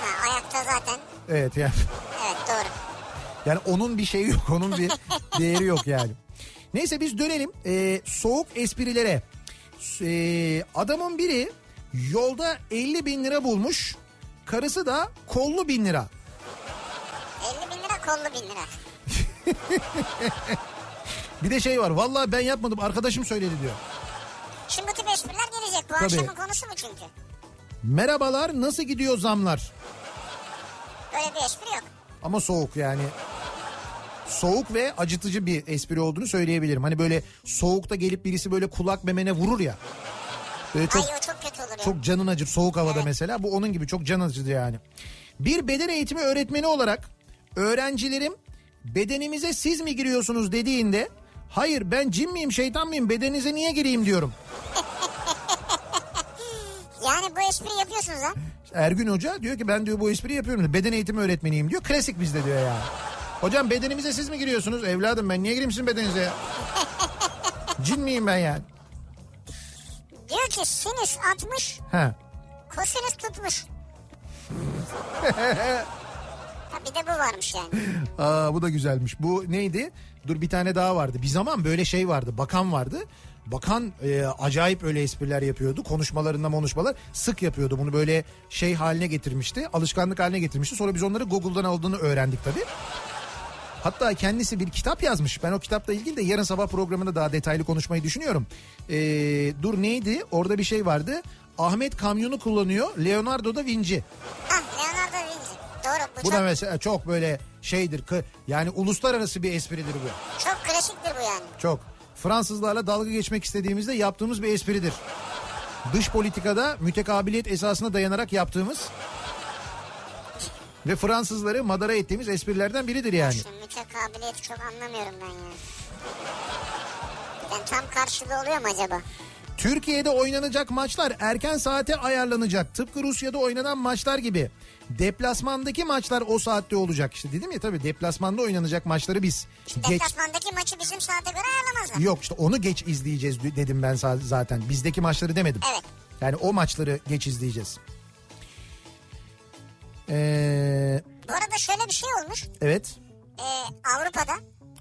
Ha, ayakta zaten.
Evet yani,
Evet doğru.
yani onun bir şeyi yok onun bir değeri yok yani. Neyse biz dönelim ee, soğuk esprilere. Ee, adamın biri yolda 50 bin lira bulmuş karısı da kollu bin lira.
50 bin lira kollu bin lira.
Bir de şey var vallahi ben yapmadım arkadaşım söyledi diyor.
Şimdi bu tip espriler gelecek. Bu
Tabii.
akşamın konusu mu çünkü?
Merhabalar nasıl gidiyor zamlar?
Böyle bir espri yok.
Ama soğuk yani. Soğuk ve acıtıcı bir espri olduğunu söyleyebilirim. Hani böyle soğukta gelip birisi böyle kulak memene vurur ya. Böyle çok
Ay o çok kötü olur ya.
çok canın acır soğuk havada mesela. Bu onun gibi çok can acıdı yani. Bir beden eğitimi öğretmeni olarak öğrencilerim bedenimize siz mi giriyorsunuz dediğinde hayır ben cin miyim şeytan mıyım bedeninize niye gireyim diyorum.
Yani bu espri yapıyorsunuz ha.
Ergün Hoca diyor ki ben diyor bu espriyi yapıyorum. diyor. Beden eğitimi öğretmeniyim diyor. Klasik bizde diyor yani. Hocam bedenimize siz mi giriyorsunuz? Evladım ben niye gireyim sizin bedeninize ya? Cin miyim ben yani?
Diyor ki sinüs 60,
Ha.
kosinüs tutmuş. ha bir de bu varmış yani.
Aa, bu da güzelmiş. Bu neydi? Dur bir tane daha vardı. Bir zaman böyle şey vardı. Bakan vardı. Bakan e, acayip öyle espriler yapıyordu. Konuşmalarında konuşmalar sık yapıyordu. Bunu böyle şey haline getirmişti. Alışkanlık haline getirmişti. Sonra biz onları Google'dan aldığını öğrendik tabii. Hatta kendisi bir kitap yazmış. Ben o kitapla ilgili de yarın sabah programında daha detaylı konuşmayı düşünüyorum. Ee, dur neydi? Orada bir şey vardı. Ahmet kamyonu kullanıyor. Leonardo da Vinci.
Ah Leonardo da Vinci. Doğru bu,
Bu da
çok,
mesela çok böyle şeydir. kı- Yani uluslararası bir espridir bu.
çok klasiktir bu yani.
Çok. Fransızlarla dalga geçmek istediğimizde yaptığımız bir espridir. Dış politikada mütekabiliyet esasına dayanarak yaptığımız ve Fransızları madara ettiğimiz esprilerden biridir yani.
Şu mütekabiliyeti çok anlamıyorum ben ya. Ben tam karşılığı oluyor mu acaba?
Türkiye'de oynanacak maçlar erken saate ayarlanacak. Tıpkı Rusya'da oynanan maçlar gibi. Deplasmandaki maçlar o saatte olacak. İşte dedim ya tabii deplasmanda oynanacak maçları biz geç
Deplasmandaki maçı bizim saate göre ayarlamazlar.
Yok işte onu geç izleyeceğiz d- dedim ben sa- zaten. Bizdeki maçları demedim.
Evet.
Yani o maçları geç izleyeceğiz. Ee,
Bu arada şöyle bir şey olmuş.
evet.
Ee, Avrupa'da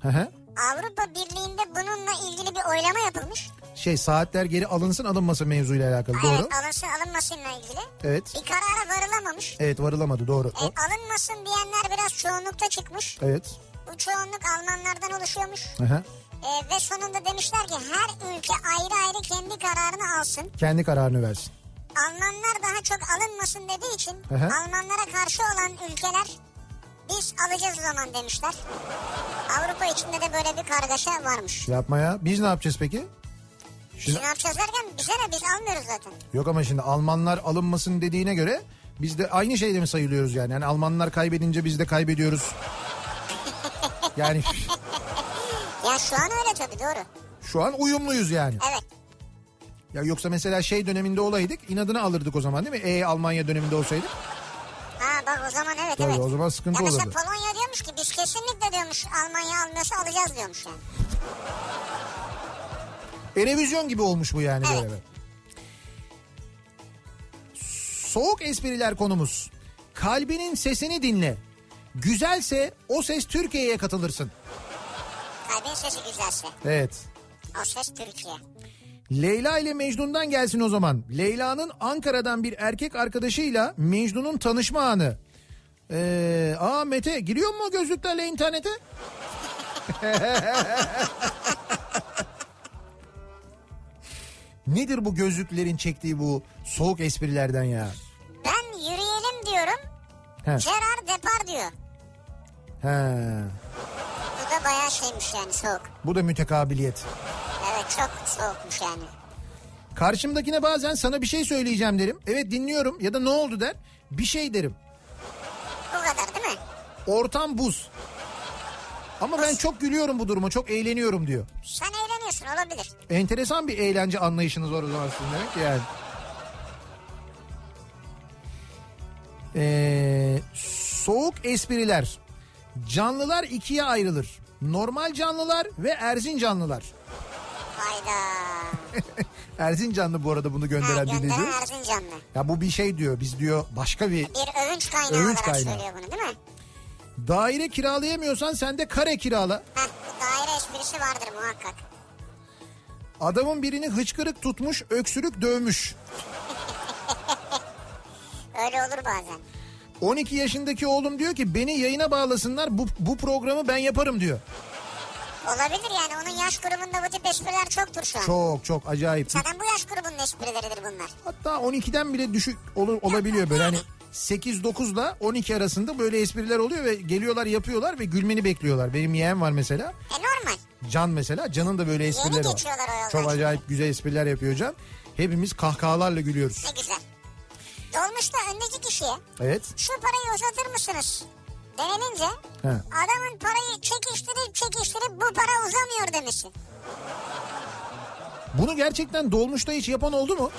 Hı hı.
Avrupa Birliği'nde bununla ilgili bir oylama yapılmış.
Şey saatler geri alınsın alınmasın mevzuyla alakalı. Doğru.
Evet alınsın alınmasınla ilgili.
Evet.
Bir karara varılamamış.
Evet varılamadı doğru.
E,
O-
alınmasın diyenler biraz çoğunlukta çıkmış.
Evet.
Bu çoğunluk Almanlardan oluşuyormuş.
Hı hı.
E, ve sonunda demişler ki her ülke ayrı ayrı kendi kararını alsın.
Kendi kararını versin.
Almanlar daha çok alınmasın dediği için
Hı hı.
Almanlara karşı olan ülkeler biz alacağız o zaman demişler. Avrupa içinde de böyle bir kargaşa varmış.
Şey Yapmaya. Biz ne yapacağız peki?
Biz
Şimdi,
ne yapacağız derken bize ne biz almıyoruz zaten.
yok ama şimdi Almanlar alınmasın dediğine göre biz de aynı şeyde mi sayılıyoruz yani? Yani Almanlar kaybedince biz de kaybediyoruz. yani
Ya şu an öyle tabii doğru.
şu an uyumluyuz yani.
Evet.
Ya yoksa mesela şey döneminde olaydık inadına alırdık o zaman değil mi? E Almanya döneminde olsaydık.
Ha bak o zaman evet
Tabii
evet.
o zaman sıkıntı
ya mesela
olurdu.
Polonya diyormuş ki biz kesinlikle diyormuş Almanya almıyorsa alacağız diyormuş yani.
Erevizyon gibi olmuş bu yani
Evet.
böyle. Soğuk espriler konumuz. Kalbinin sesini dinle. Güzelse o ses Türkiye'ye katılırsın.
Kalbin sesi güzelse.
Evet.
O ses Türkiye.
Leyla ile Mecnun'dan gelsin o zaman. Leyla'nın Ankara'dan bir erkek arkadaşıyla Mecnun'un tanışma anı. Ee, aa Mete giriyor mu o gözlüklerle internete? Nedir bu gözlüklerin çektiği bu soğuk esprilerden ya?
Ben yürüyelim diyorum.
He,
Gerard Depar diyor.
he.
Bu da bayağı şeymiş yani soğuk.
Bu da mütekabiliyet.
Evet çok soğukmuş yani.
Karşımdakine bazen sana bir şey söyleyeceğim derim. Evet dinliyorum ya da ne oldu der. Bir şey derim.
Bu kadar değil mi?
Ortam buz. Ama ben çok gülüyorum bu duruma, çok eğleniyorum diyor.
Sen eğleniyorsun olabilir.
Enteresan bir eğlence anlayışınız var o zaman sizin demek ki yani. Ee, soğuk espriler. Canlılar ikiye ayrılır. Normal canlılar ve Erzincanlılar.
Hayda.
E, Erzincanlı bu arada bunu
Ha,
gönderen dinleyicimiz.
gönderen Erzincanlı.
Ya bu bir şey diyor. Biz diyor başka bir
Bir övünç kaynağı
Övünç
olarak
kaynağı.
söylüyor bunu değil mi?
daire kiralayamıyorsan sen de kare kirala.
Heh, bu daire esprisi vardır muhakkak.
Adamın birini hıçkırık tutmuş, öksürük dövmüş.
Öyle olur bazen.
12 yaşındaki oğlum diyor ki beni yayına bağlasınlar bu, bu programı ben yaparım diyor.
Olabilir yani onun yaş grubunda bu tip espriler çoktur şu an.
Çok çok acayip.
Zaten bu yaş grubunun esprileridir bunlar.
Hatta 12'den bile düşük olur, olabiliyor böyle hani 8-9 ile 12 arasında böyle espriler oluyor ve geliyorlar yapıyorlar ve gülmeni bekliyorlar. Benim yeğen var mesela.
E normal.
Can mesela. Can'ın da böyle esprileri var.
geçiyorlar o yoldan
Çok
şimdi.
acayip güzel espriler yapıyor Can. Hepimiz kahkahalarla gülüyoruz.
Ne güzel. Dolmuşta öndeki kişiye
Evet.
şu parayı uzatır mısınız? Denilince
He.
adamın parayı çekiştirip çekiştirip bu para uzamıyor demişsin.
Bunu gerçekten dolmuşta hiç yapan oldu mu?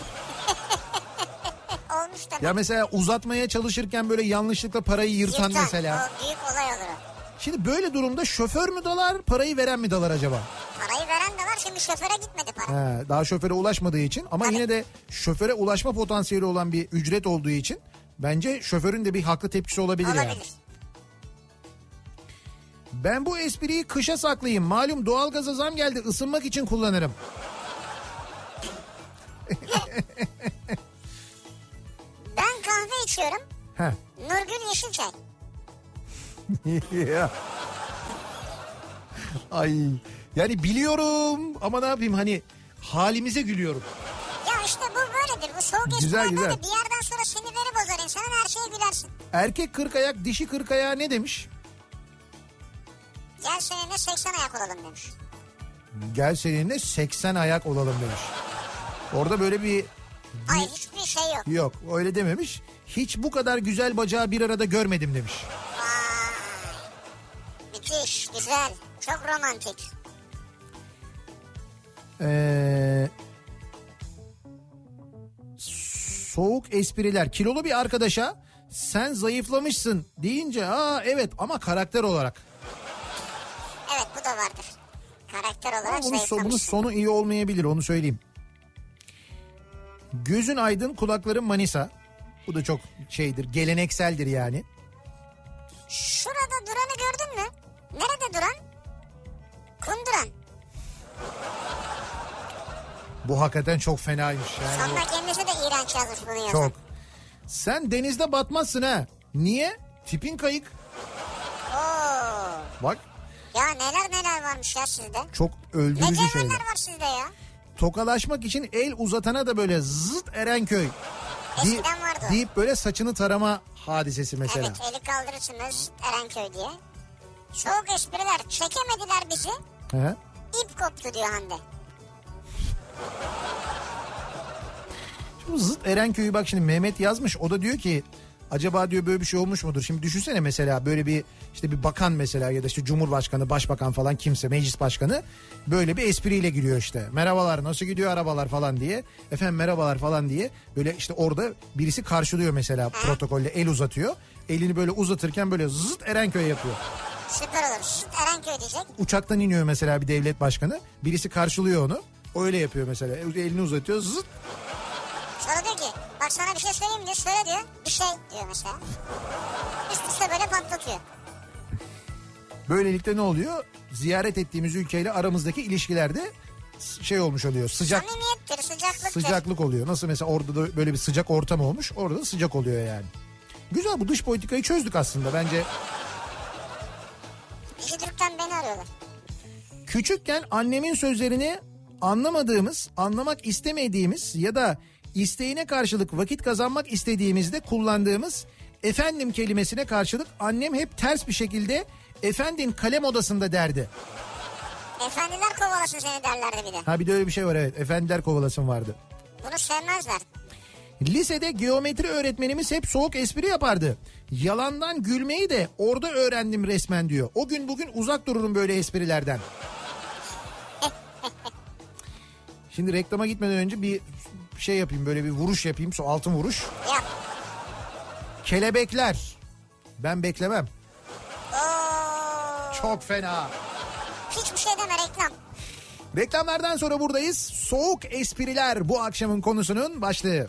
E, Olmuş tabii.
Ya mesela uzatmaya çalışırken böyle yanlışlıkla parayı yırtan
Yırtan.
mesela.
O büyük olay olur o.
Şimdi böyle durumda şoför mü dalar, parayı veren mi dalar acaba?
Parayı veren de var şimdi şoföre gitmedi para.
He, daha şoföre ulaşmadığı için ama
Tabii.
yine de şoföre ulaşma potansiyeli olan bir ücret olduğu için bence şoförün de bir haklı tepkisi olabilir, yani.
Olabilir.
Ben bu espriyi kışa saklayayım. Malum doğalgaza zam geldi. Isınmak için kullanırım.
Ben kahve içiyorum.
Heh.
Nurgül Yeşilçay.
Ya. Ay. Yani biliyorum ama ne yapayım hani halimize gülüyorum.
Ya işte bu böyledir. Bu soğuk
Güzel,
espriler
güzel.
böyle bir yerden sonra sinirleri bozar insanın her şeye gülersin.
Erkek kırk ayak, dişi kırk ayağa ne demiş?
Gel seninle 80 ayak olalım demiş.
Gel seninle 80 ayak olalım demiş. Orada böyle bir
Ay hiçbir şey yok.
Yok öyle dememiş. Hiç bu kadar güzel bacağı bir arada görmedim demiş.
Vay. Müthiş, güzel, çok romantik.
Ee, soğuk espriler. Kilolu bir arkadaşa sen zayıflamışsın deyince aa evet ama karakter olarak.
Evet bu da vardır. Karakter
Ama
olarak
bunun, so- bunun
zayıflamış.
sonu iyi olmayabilir onu söyleyeyim. Gözün aydın kulakların Manisa. Bu da çok şeydir gelenekseldir yani.
Şurada duranı gördün mü? Nerede duran? Kunduran.
Bu hakikaten çok fenaymış yani.
Sonra kendisi de iğrenç yazmış bunu yazan.
Çok. Sen denizde batmazsın ha. Niye? Tipin kayık.
Oo.
Bak
Ya neler neler varmış ya sizde.
çok
Ne
öldürücü şeyler.
cevherler var sizde ya.
Tokalaşmak için el uzatana da böyle zıt Erenköy.
Eskiden vardı o.
Deyip böyle saçını tarama hadisesi mesela.
Evet eli kaldırırsınız Erenköy diye. Soğuk espriler çekemediler bizi.
He?
İp koptu diyor Hande.
Şu zıt Erenköy'ü bak şimdi Mehmet yazmış. O da diyor ki acaba diyor böyle bir şey olmuş mudur? Şimdi düşünsene mesela böyle bir işte bir bakan mesela ya da işte cumhurbaşkanı, başbakan falan kimse meclis başkanı böyle bir espriyle giriyor işte. Merhabalar nasıl gidiyor arabalar falan diye. Efendim merhabalar falan diye böyle işte orada birisi karşılıyor mesela protokolle el uzatıyor. Elini böyle uzatırken böyle zıt Erenköy yapıyor.
Süper olur. Şşt Erenköy diyecek.
Uçaktan iniyor mesela bir devlet başkanı. Birisi karşılıyor onu. O Öyle yapıyor mesela. Elini uzatıyor zıt
Sonra diyor ki bak sana bir şey söyleyeyim mi diyor. Söyle diyor. Bir şey diyor mesela. Üst üste böyle patlatıyor.
Böylelikle ne oluyor? Ziyaret ettiğimiz ülkeyle aramızdaki ilişkilerde s- şey olmuş oluyor. Sıcak
Samimiyettir, sıcaklıktır.
sıcaklık oluyor. Nasıl mesela orada da böyle bir sıcak ortam olmuş. Orada da sıcak oluyor yani. Güzel bu dış politikayı çözdük aslında bence.
İki Türk'ten beni arıyorlar.
Küçükken annemin sözlerini anlamadığımız, anlamak istemediğimiz ya da isteğine karşılık vakit kazanmak istediğimizde kullandığımız efendim kelimesine karşılık annem hep ters bir şekilde efendin kalem odasında derdi.
Efendiler kovalasın seni derlerdi bir de.
Ha bir de öyle bir şey var evet efendiler kovalasın vardı.
Bunu sevmezler.
Lisede geometri öğretmenimiz hep soğuk espri yapardı. Yalandan gülmeyi de orada öğrendim resmen diyor. O gün bugün uzak dururum böyle esprilerden. Şimdi reklama gitmeden önce bir şey yapayım böyle bir vuruş yapayım. Su altın vuruş.
Yap.
Kelebekler. Ben beklemem.
Oo,
Çok fena.
hiçbir şey deme reklam.
Reklamlardan sonra buradayız. Soğuk espriler bu akşamın konusunun başlığı.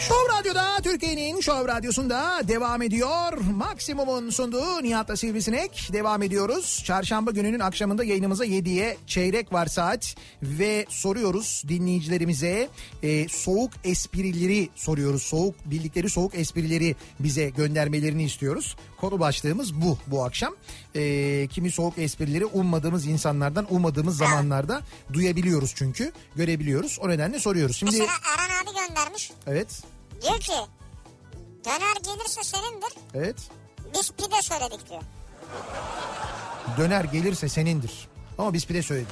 Şov Radyo'da Türkiye'nin Şov Radyosu'nda devam ediyor. Maksimum'un sunduğu Nihat'la Sivrisinek devam ediyoruz. Çarşamba gününün akşamında yayınımıza 7'ye çeyrek var saat ve soruyoruz dinleyicilerimize e, soğuk esprileri soruyoruz. Soğuk bildikleri soğuk esprileri bize göndermelerini istiyoruz. Konu başlığımız bu bu akşam. E, kimi soğuk esprileri ummadığımız insanlardan ummadığımız zamanlarda duyabiliyoruz çünkü görebiliyoruz. O nedenle soruyoruz. Şimdi
Mesela Erhan abi göndermiş.
evet
Diyor ki döner gelirse senindir
evet.
biz pide söyledik diyor.
Döner gelirse senindir. Ama biz pide söyledik.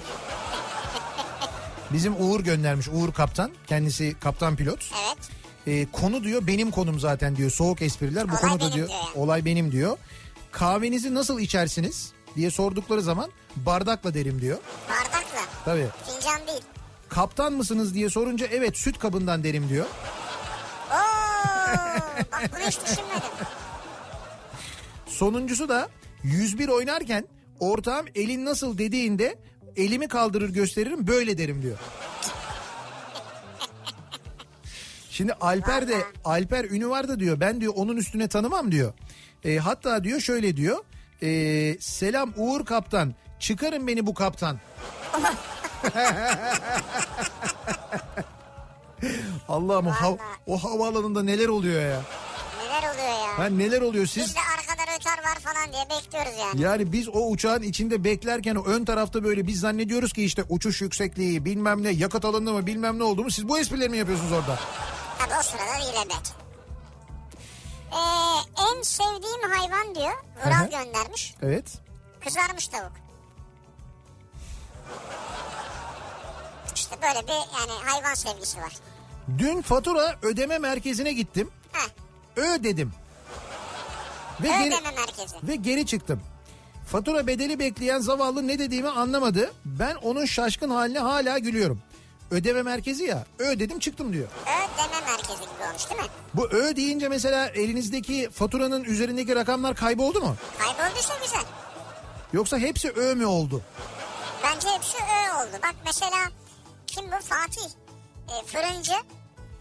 Bizim Uğur göndermiş. Uğur kaptan. Kendisi kaptan pilot.
Evet.
Ee, konu diyor benim konum zaten diyor. Soğuk espriler. Bu
Olay
konuda
benim
diyor.
diyor.
Olay benim diyor. Kahvenizi nasıl içersiniz diye sordukları zaman bardakla derim diyor.
Bardakla.
Tabii.
Fincan değil.
Kaptan mısınız diye sorunca evet süt kabından derim diyor.
Oo, bak bunu hiç düşünmedim.
Sonuncusu da 101 oynarken ortağım elin nasıl dediğinde elimi kaldırır gösteririm böyle derim diyor. Şimdi Alper de Alper ünü var da diyor ben diyor onun üstüne tanımam diyor. E, hatta diyor şöyle diyor e, selam Uğur kaptan çıkarın beni bu kaptan. Allah'ım o, hav- o havaalanında neler oluyor ya.
Neler oluyor ya.
Ha, neler oluyor siz
Biz de arkada rötar var falan diye bekliyoruz yani.
yani biz o uçağın içinde beklerken o ön tarafta böyle biz zannediyoruz ki işte uçuş yüksekliği bilmem ne yakıt alındı mı bilmem ne oldu mu siz bu esprileri mi yapıyorsunuz orada?
Tabii o sırada değil evet. Ee, en sevdiğim hayvan diyor.
Aha.
Vural göndermiş.
Evet.
Kızarmış tavuk. İşte böyle bir yani hayvan sevgisi var.
Dün fatura ödeme merkezine gittim.
Heh,
Ö dedim. Ve geri,
ödeme merkezi.
ve geri çıktım. Fatura bedeli bekleyen zavallı ne dediğimi anlamadı. Ben onun şaşkın haline hala gülüyorum. Ödeme merkezi ya. Ö dedim çıktım diyor.
Ödeme merkezi gibi olmuş değil mi?
Bu ö deyince mesela elinizdeki faturanın üzerindeki rakamlar kayboldu mu?
Kaybolduysa güzel.
Yoksa hepsi ö mü oldu?
Bence hepsi ö oldu. Bak mesela kim bu Fatih e, fırıncı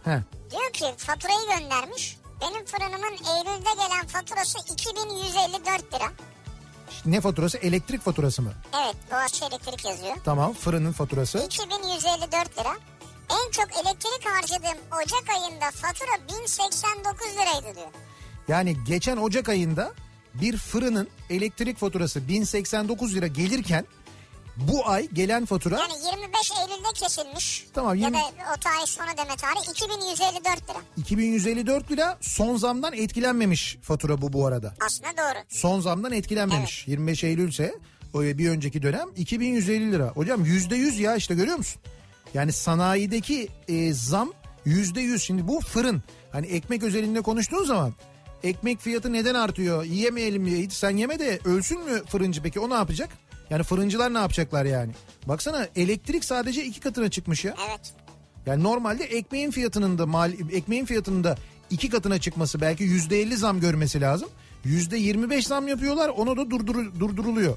He.
diyor ki faturayı göndermiş. Benim fırınımın Eylül'de gelen faturası 2154 lira.
Ne faturası? Elektrik faturası mı?
Evet Boğaziçi elektrik yazıyor.
Tamam fırının faturası.
2154 lira. En çok elektrik harcadığım Ocak ayında fatura 1089 liraydı diyor.
Yani geçen Ocak ayında bir fırının elektrik faturası 1089 lira gelirken bu ay gelen fatura
Yani 25 Eylül'de kesilmiş.
Tamam,
Ya
yirmi-
da o tarih sonu deme tarihi 2154 lira.
2154 lira son zamdan etkilenmemiş fatura bu bu arada.
Aslında doğru.
Son zamdan etkilenmemiş. 25 Eylül ise o bir önceki dönem 2150 lira. Hocam %100 ya işte görüyor musun? Yani sanayideki e, zam %100. Şimdi bu fırın. Hani ekmek özelinde konuştuğun zaman ekmek fiyatı neden artıyor? Yiyemeyelim diye. Sen yeme de ölsün mü fırıncı peki? O ne yapacak? Yani fırıncılar ne yapacaklar yani? Baksana elektrik sadece iki katına çıkmış ya.
Evet.
Yani normalde ekmeğin fiyatının da mal ekmeğin fiyatının da iki katına çıkması belki yüzde elli zam görmesi lazım. Yüzde 25 zam yapıyorlar ona da durdur, durduruluyor.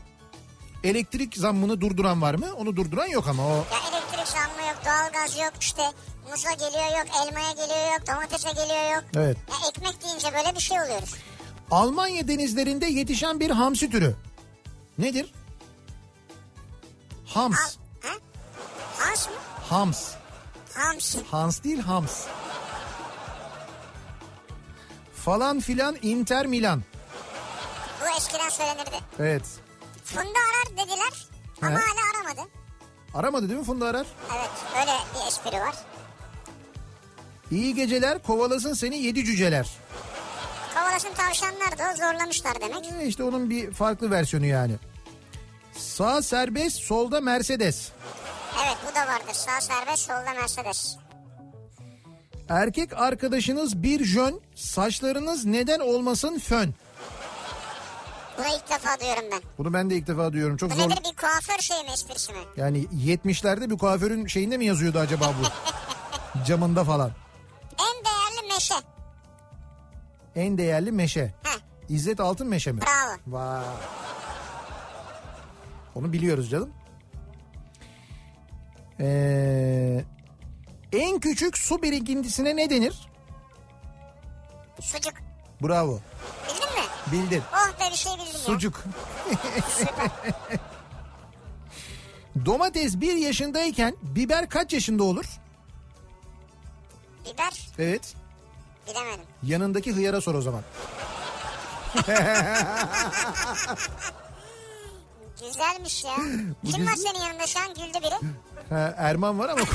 Elektrik zammını durduran var mı? Onu durduran yok ama o
Ya elektrik zammı yok, doğalgaz yok işte. Muza geliyor yok, elmaya geliyor yok, domatese geliyor yok.
Evet.
Ya ekmek deyince böyle bir şey oluyoruz.
Almanya denizlerinde yetişen bir hamsi türü. Nedir? Hams.
Al, ha? Hans mı?
Hams.
Hams.
Hans değil Hams. Falan filan Inter Milan.
Bu eskiden söylenirdi.
Evet.
Funda arar dediler ama
Evet.
hala aramadı.
Aramadı değil mi Funda Arar?
Evet öyle bir espri var.
İyi geceler kovalasın seni yedi cüceler.
Kovalasın tavşanlar da zorlamışlar demek.
Ee, İşte onun bir farklı versiyonu yani. Sağ serbest solda Mercedes.
Evet bu da vardır. Sağ serbest solda Mercedes.
Erkek arkadaşınız bir jön saçlarınız neden olmasın fön.
Bunu ilk defa diyorum ben.
Bunu ben de ilk defa duyuyorum çok
Bu
zor.
nedir bir kuaför şey mi esprisi mi?
Yani 70'lerde bir kuaförün şeyinde mi yazıyordu acaba bu? Camında falan.
En değerli meşe.
En değerli meşe.
Heh
İzzet Altın Meşe mi?
bravo.
Vay. Onu biliyoruz canım. Ee, en küçük su birikintisine ne denir?
Sucuk.
Bravo.
Bildin mi?
Bildin.
Oh be bir şey bildim ya.
Sucuk. Domates bir yaşındayken biber kaç yaşında olur?
Biber
Evet.
bilemedim.
Yanındaki hıyara sor o zaman.
Güzelmiş ya. Kim var senin yanında şu an güldü biri?
Ha, Erman var ama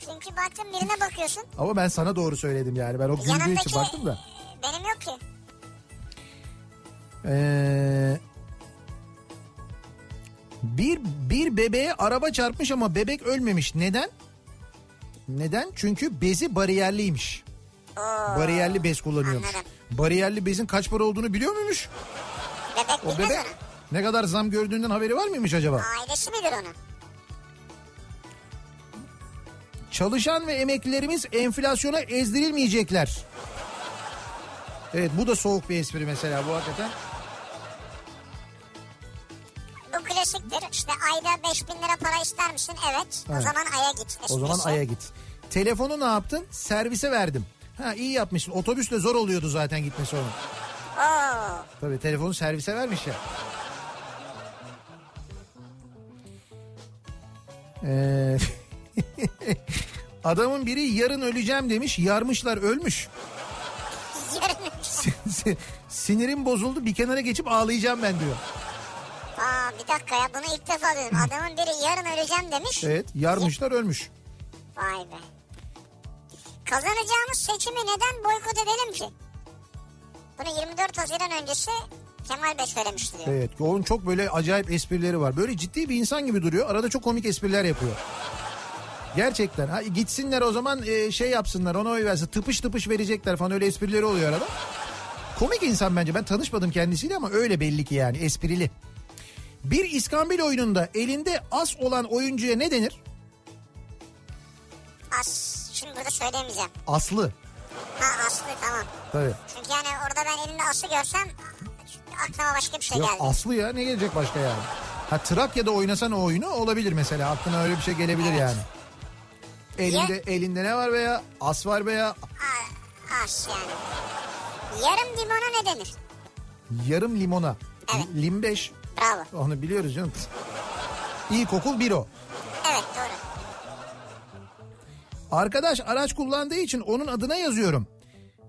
Çünkü baktım birine bakıyorsun.
ama ben sana doğru söyledim yani. Ben o güldüğü
Yanındaki
için baktım da.
benim yok ki.
Ee, bir bir bebeğe araba çarpmış ama bebek ölmemiş. Neden? Neden? Çünkü bezi bariyerliymiş. Bariyerli bez kullanıyormuş.
anladım.
Bariyerli bezin kaç para olduğunu biliyor muymuş?
Bebek
O
bilmez
bebek
onu.
ne kadar zam gördüğünden haberi var mıymış acaba?
Ailesi bilir onu.
Çalışan ve emeklilerimiz enflasyona ezdirilmeyecekler. Evet bu da soğuk bir espri mesela bu hakikaten.
Bu klasiktir. İşte ayda 5000 lira para ister misin? Evet. O
Evet.
zaman aya git.
O zaman
esprisi.
aya git. Telefonu ne yaptın? Servise verdim. Ha iyi yapmışsın. Otobüsle zor oluyordu zaten gitmesi onun.
Oo.
Tabii telefonu servise vermiş ya. Ee, adamın biri yarın öleceğim demiş. Yarmışlar ölmüş.
Yarın.
Sinirim bozuldu bir kenara geçip ağlayacağım ben diyor.
Aa, bir dakika ya bunu ilk defa duydum. Adamın biri yarın öleceğim demiş.
Evet yarmışlar ölmüş.
Vay be. Kazanacağımız seçimi neden boykot edelim ki? Bunu 24 Haziran öncesi Kemal Bey söylemişti diyor.
Evet onun çok böyle acayip esprileri var. Böyle ciddi bir insan gibi duruyor. Arada çok komik espriler yapıyor. Gerçekten. Ha, gitsinler o zaman e, şey yapsınlar ona oy versin. Tıpış tıpış verecekler falan öyle esprileri oluyor arada. Komik insan bence. Ben tanışmadım kendisiyle ama öyle belli ki yani esprili. Bir iskambil oyununda elinde as olan oyuncuya ne denir?
As. Şimdi burada söyleyemeyeceğim.
Aslı.
Ha Aslı tamam.
Tabii.
Çünkü yani orada ben elinde Aslı görsem aklıma başka bir şey
Yok
geldi.
Aslı ya ne gelecek başka yani? Ha Trakya'da oynasan o oyunu olabilir mesela. Aklına öyle bir şey gelebilir yani. Elinde
Ya-
elinde ne var veya as var veya
A- as yani. Yarım limona ne denir?
yarım limona.
Evet.
Li- Limbeş
Bravo.
onu biliyoruz canım. İlkokul bir o.
Evet doğru.
Arkadaş araç kullandığı için onun adına yazıyorum.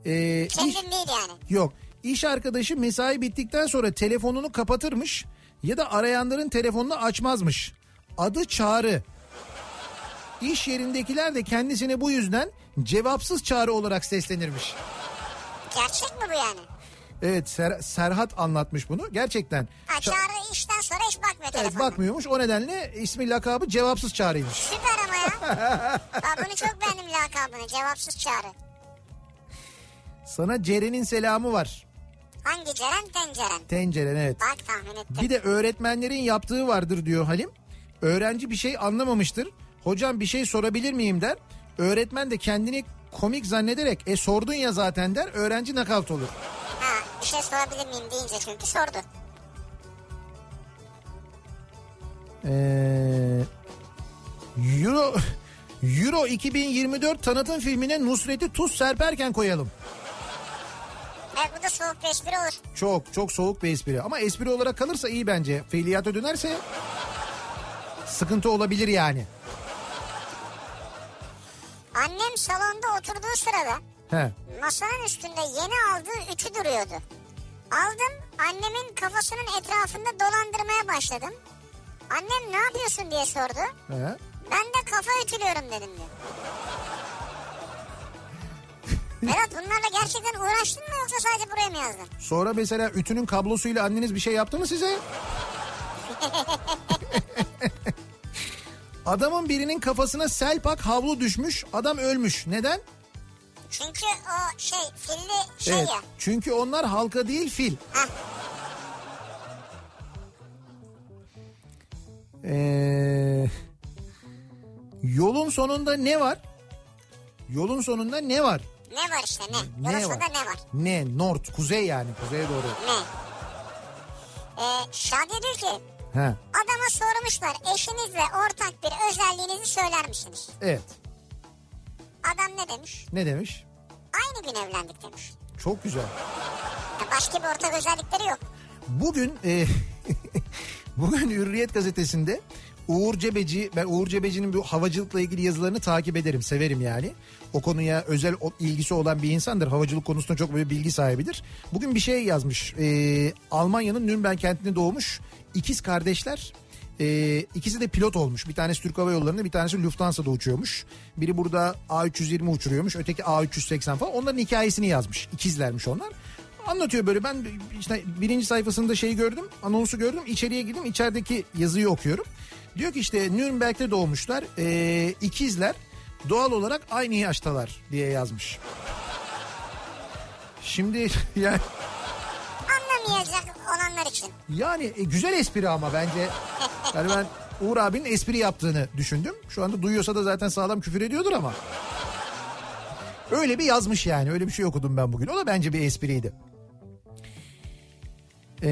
Ee, iş,
Kendin değil yani.
yok. İş arkadaşı mesai bittikten sonra telefonunu kapatırmış ya da arayanların telefonunu açmazmış. Adı Çağrı. İş yerindekiler de kendisine bu yüzden cevapsız Çağrı olarak seslenirmiş.
Gerçek mi bu yani?
Evet Ser- Serhat anlatmış bunu. Gerçekten.
Ha,
Ça-
çağrı işten sonra hiç bakmıyor
Evet,
telefonuna.
bakmıyormuş. O nedenle ismi lakabı cevapsız Çağrı'ymış.
Süper ama ya. ben bunu çok beğendim lakabını. Cevapsız çağrı.
Sana Ceren'in selamı var.
Hangi Ceren? Tenceren.
Tenceren evet.
Bak tahmin ettim.
Bir de öğretmenlerin yaptığı vardır diyor Halim. Öğrenci bir şey anlamamıştır. Hocam bir şey sorabilir miyim der. Öğretmen de kendini komik zannederek e sordun ya zaten der öğrenci nakavt olur.
Ha bir şey sorabilir miyim deyince çünkü sordu.
Ee, Euro Euro 2024 tanıtım filmine Nusret'i tuz serperken koyalım.
Evet bu da soğuk bir espri olur.
Çok çok soğuk bir espri ama espri olarak kalırsa iyi bence. Fiiliyata dönerse sıkıntı olabilir yani.
Annem salonda oturduğu sırada
He.
masanın üstünde yeni aldığı ütü duruyordu. Aldım annemin kafasının etrafında dolandırmaya başladım. Annem ne yapıyorsun diye sordu.
He.
Ben de kafa ütülüyorum dedim diyor. Berat bunlarla gerçekten uğraştın mı yoksa sadece buraya mı yazdın?
Sonra mesela ütünün kablosuyla anneniz bir şey yaptı mı size? Adamın birinin kafasına selpak havlu düşmüş. Adam ölmüş. Neden?
Çünkü o şey filli şey ya.
Çünkü onlar halka değil fil.
Heh.
Ee, yolun sonunda ne var? Yolun sonunda ne var?
Ne var işte ne? Yolun sonunda ne var?
Ne? North, kuzey yani. Kuzeye doğru.
Ne? Ee, Şadiye diyor ki
Ha,
adama sormuşlar eşinizle ortak bir özelliğinizi söyler misiniz?
evet.
Adam ne demiş?
Ne demiş?
Aynı gün evlendik demiş.
Çok güzel.
Ya başka bir ortak özellikleri yok.
Bugün e, bugün Hürriyet gazetesinde Uğur Cebeci ben Uğur Cebeci'nin bu havacılıkla ilgili yazılarını takip ederim severim yani. O konuya özel o- ilgisi olan bir insandır. Havacılık konusunda çok böyle bilgi sahibidir. Bugün bir şey yazmış. E, Almanya'nın Nürnberg kentinde doğmuş ikiz kardeşler. E, ikisi de pilot olmuş. Bir tanesi Türk Hava Yolları'nda bir tanesi Lufthansa'da uçuyormuş. Biri burada A320 uçuruyormuş. Öteki A380 falan. Onların hikayesini yazmış. İkizlermiş onlar. Anlatıyor böyle ben işte birinci sayfasında şeyi gördüm anonsu gördüm içeriye girdim içerideki yazıyı okuyorum. Diyor ki işte Nürnberg'de doğmuşlar ee, ikizler doğal olarak aynı yaştalar diye yazmış. Şimdi yani,
Anlamayacak olanlar için.
yani e, güzel espri ama bence yani ben Uğur abinin espri yaptığını düşündüm. Şu anda duyuyorsa da zaten sağlam küfür ediyordur ama. Öyle bir yazmış yani öyle bir şey okudum ben bugün. O da bence bir espriydi. Ee,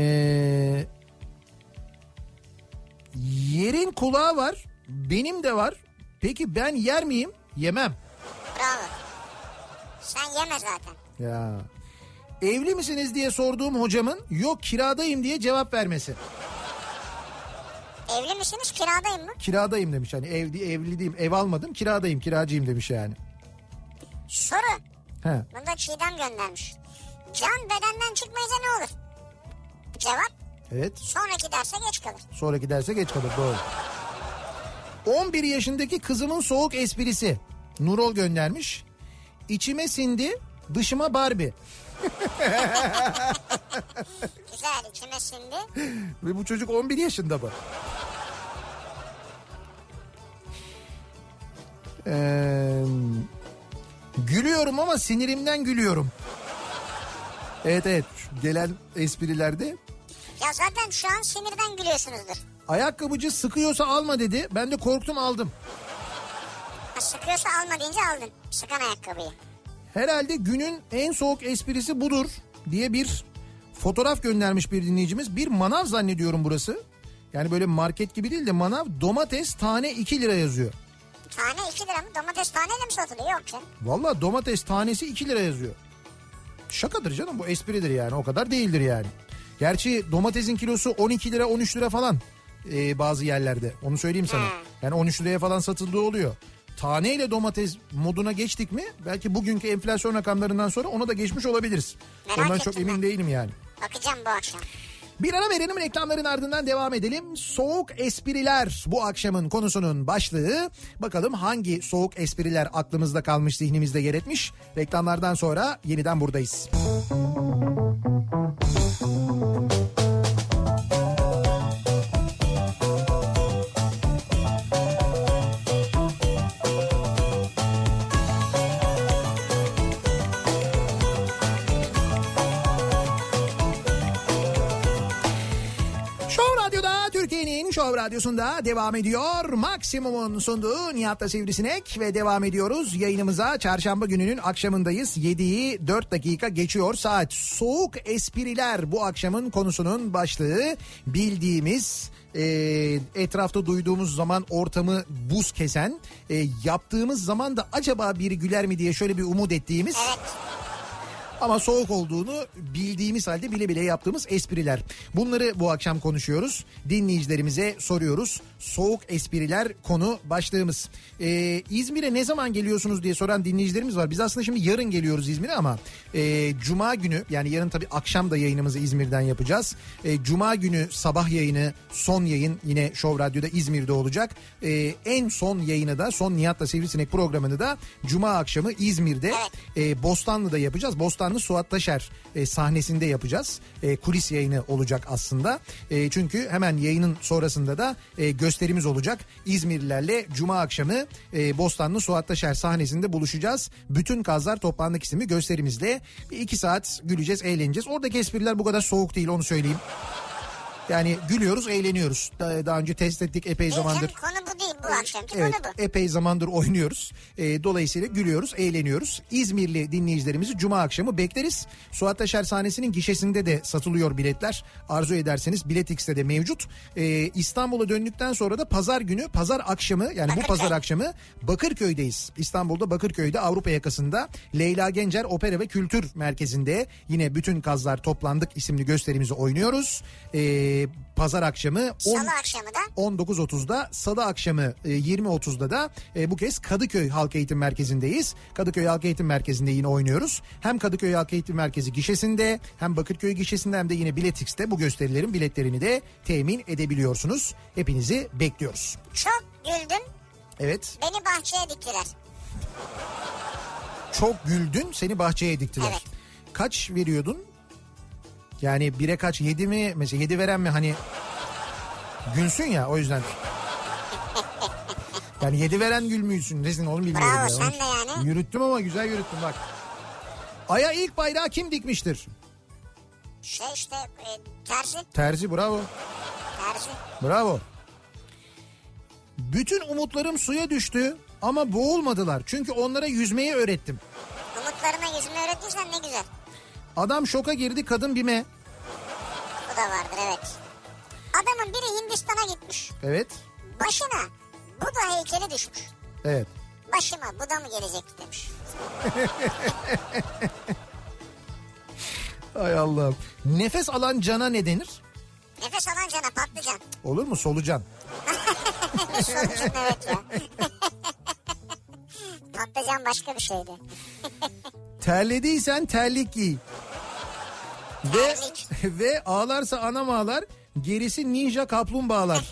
yerin kulağı var. Benim de var. Peki ben yer miyim? Yemem.
Bravo. Sen yeme zaten.
Ya. Evli misiniz diye sorduğum hocamın yok kiradayım diye cevap vermesi.
Evli misiniz kiradayım mı?
Kiradayım demiş. Hani evli, evli değilim ev almadım kiradayım kiracıyım demiş yani.
Soru.
He.
Bunu da Çiğdem göndermiş. Can bedenden çıkmayınca ne olur? Cevap
Evet
sonraki derse geç kalır.
sonraki derse geç kalır doğru. 11 yaşındaki kızımın soğuk esprisi. Nurol göndermiş. İçime sindi dışıma Barbie.
Güzel içime sindi.
Ve bu çocuk 11 yaşında bu. Ee, gülüyorum ama sinirimden gülüyorum. Evet evet şu gelen esprilerde
Ya zaten şu an sinirden gülüyorsunuzdur.
ayakkabıcı sıkıyorsa alma dedi. Ben de korktum aldım.
Ha, sıkıyorsa alma deyince aldın. Sıkan ayakkabıyı.
Herhalde günün en soğuk esprisi budur diye bir fotoğraf göndermiş bir dinleyicimiz. Bir manav zannediyorum burası. Yani böyle market gibi değil de manav domates tane 2 lira yazıyor.
Tane 2 lira mı? Domates taneyle mi satılıyor? Yok canım.
Valla domates tanesi 2 lira yazıyor. Şakadır canım bu espridir yani o kadar değildir yani. Gerçi domatesin kilosu 12 lira 13 lira falan ee, bazı yerlerde onu söyleyeyim sana.
Hmm.
Yani 13 liraya falan satıldığı oluyor. Taneyle domates moduna geçtik mi belki bugünkü enflasyon rakamlarından sonra ona da geçmiş olabiliriz.
Merak
Ondan
ettim
çok emin
ben.
değilim yani.
Bakacağım bu akşam.
Bir ara verelim reklamların ardından devam edelim. Soğuk espriler bu akşamın konusunun başlığı. Bakalım hangi soğuk espriler aklımızda kalmış, zihnimizde yer etmiş. Reklamlardan sonra yeniden buradayız. Show Radyo'da Türkiye'nin Türkiye'nin Show Radyosu'nda devam ediyor. Maksimum'un sunduğu Nihat'ta Sivrisinek ve devam ediyoruz. Yayınımıza çarşamba gününün akşamındayız. 7'yi 4 dakika geçiyor saat. Soğuk espriler bu akşamın konusunun başlığı. Bildiğimiz e, etrafta duyduğumuz zaman ortamı buz kesen, e, yaptığımız zaman da acaba biri güler mi diye şöyle bir umut ettiğimiz... Ama soğuk olduğunu bildiğimiz halde bile bile yaptığımız espriler. Bunları bu akşam konuşuyoruz. Dinleyicilerimize soruyoruz. Soğuk espriler konu başlığımız. Ee, İzmir'e ne zaman geliyorsunuz diye soran dinleyicilerimiz var. Biz aslında şimdi yarın geliyoruz İzmir'e ama e, Cuma günü yani yarın tabii akşam da yayınımızı İzmir'den yapacağız. E, Cuma günü sabah yayını son yayın yine Show Radyo'da İzmir'de olacak. E, en son yayını da son Nihat'la Sivrisinek programını da Cuma akşamı İzmir'de e, Bostanlı'da yapacağız. Bostanlı Suat Taşer e, sahnesinde yapacağız. E, kulis yayını olacak aslında. E, çünkü hemen yayının sonrasında da e, gösterimiz olacak. İzmirlilerle Cuma akşamı e, Bostanlı Suat Taşer sahnesinde buluşacağız. Bütün Kazlar Toplandık isimli gösterimizle bir iki saat güleceğiz, eğleneceğiz. Oradaki espriler bu kadar soğuk değil onu söyleyeyim. Yani gülüyoruz, eğleniyoruz. Daha, daha önce test ettik epey
Değil
zamandır.
canım, konu bu değil bu akşamki
Evet,
konu bu.
epey zamandır oynuyoruz. Ee, dolayısıyla gülüyoruz, eğleniyoruz. İzmirli dinleyicilerimizi cuma akşamı bekleriz. Suat Taşer sahnesinin gişesinde de satılıyor biletler. Arzu ederseniz Biletix'te de mevcut. Ee, İstanbul'a döndükten sonra da pazar günü, pazar akşamı yani bu pazar akşamı Bakırköy'deyiz. İstanbul'da Bakırköy'de Avrupa yakasında Leyla Gencer Opera ve Kültür Merkezi'nde yine bütün kazlar toplandık isimli gösterimizi oynuyoruz. Ee, pazar akşamı on-
Salı akşamı da
19.30'da Salı akşamı e, 20.30'da da e, bu kez Kadıköy Halk Eğitim Merkezi'ndeyiz. Kadıköy Halk Eğitim Merkezi'nde yine oynuyoruz. Hem Kadıköy Halk Eğitim Merkezi gişesinde hem Bakırköy gişesinde hem de yine Biletix'te bu gösterilerin biletlerini de temin edebiliyorsunuz. Hepinizi bekliyoruz.
çok güldüm
Evet
beni bahçeye diktiler.
çok güldün seni bahçeye diktiler.
Evet.
Kaç veriyordun? Yani bire kaç yedi mi mesela yedi veren mi hani gülsün ya o yüzden. Yani yedi veren gülmüyorsun. Nesin onu bilmiyorum.
Bravo,
ya.
sen de yani.
Yürüttüm ama güzel yürüttüm bak. Ay'a ilk bayrağı kim dikmiştir?
Şey işte e, terzi
Terzi bravo.
terzi.
Bravo. Bütün umutlarım suya düştü ama boğulmadılar. Çünkü onlara yüzmeyi öğrettim.
Umutlarına yüzümü öğrettiysen ne güzel.
Adam şoka girdi kadın bime.
Bu da vardır evet. Adamın biri Hindistan'a gitmiş.
Evet.
Başına Buda heykeli düşmüş.
Evet.
Başıma Buda mı gelecekti demiş.
Ay Allah'ım. Nefes alan cana ne denir?
Nefes alan cana patlıcan.
Olur mu? Solucan.
Sonucun evet ya. patlıcan başka bir şeydi.
Terlediysen terlik giy. Ve,
Terlik.
ve ağlarsa anam ağlar, gerisi ninja kaplumbağalar.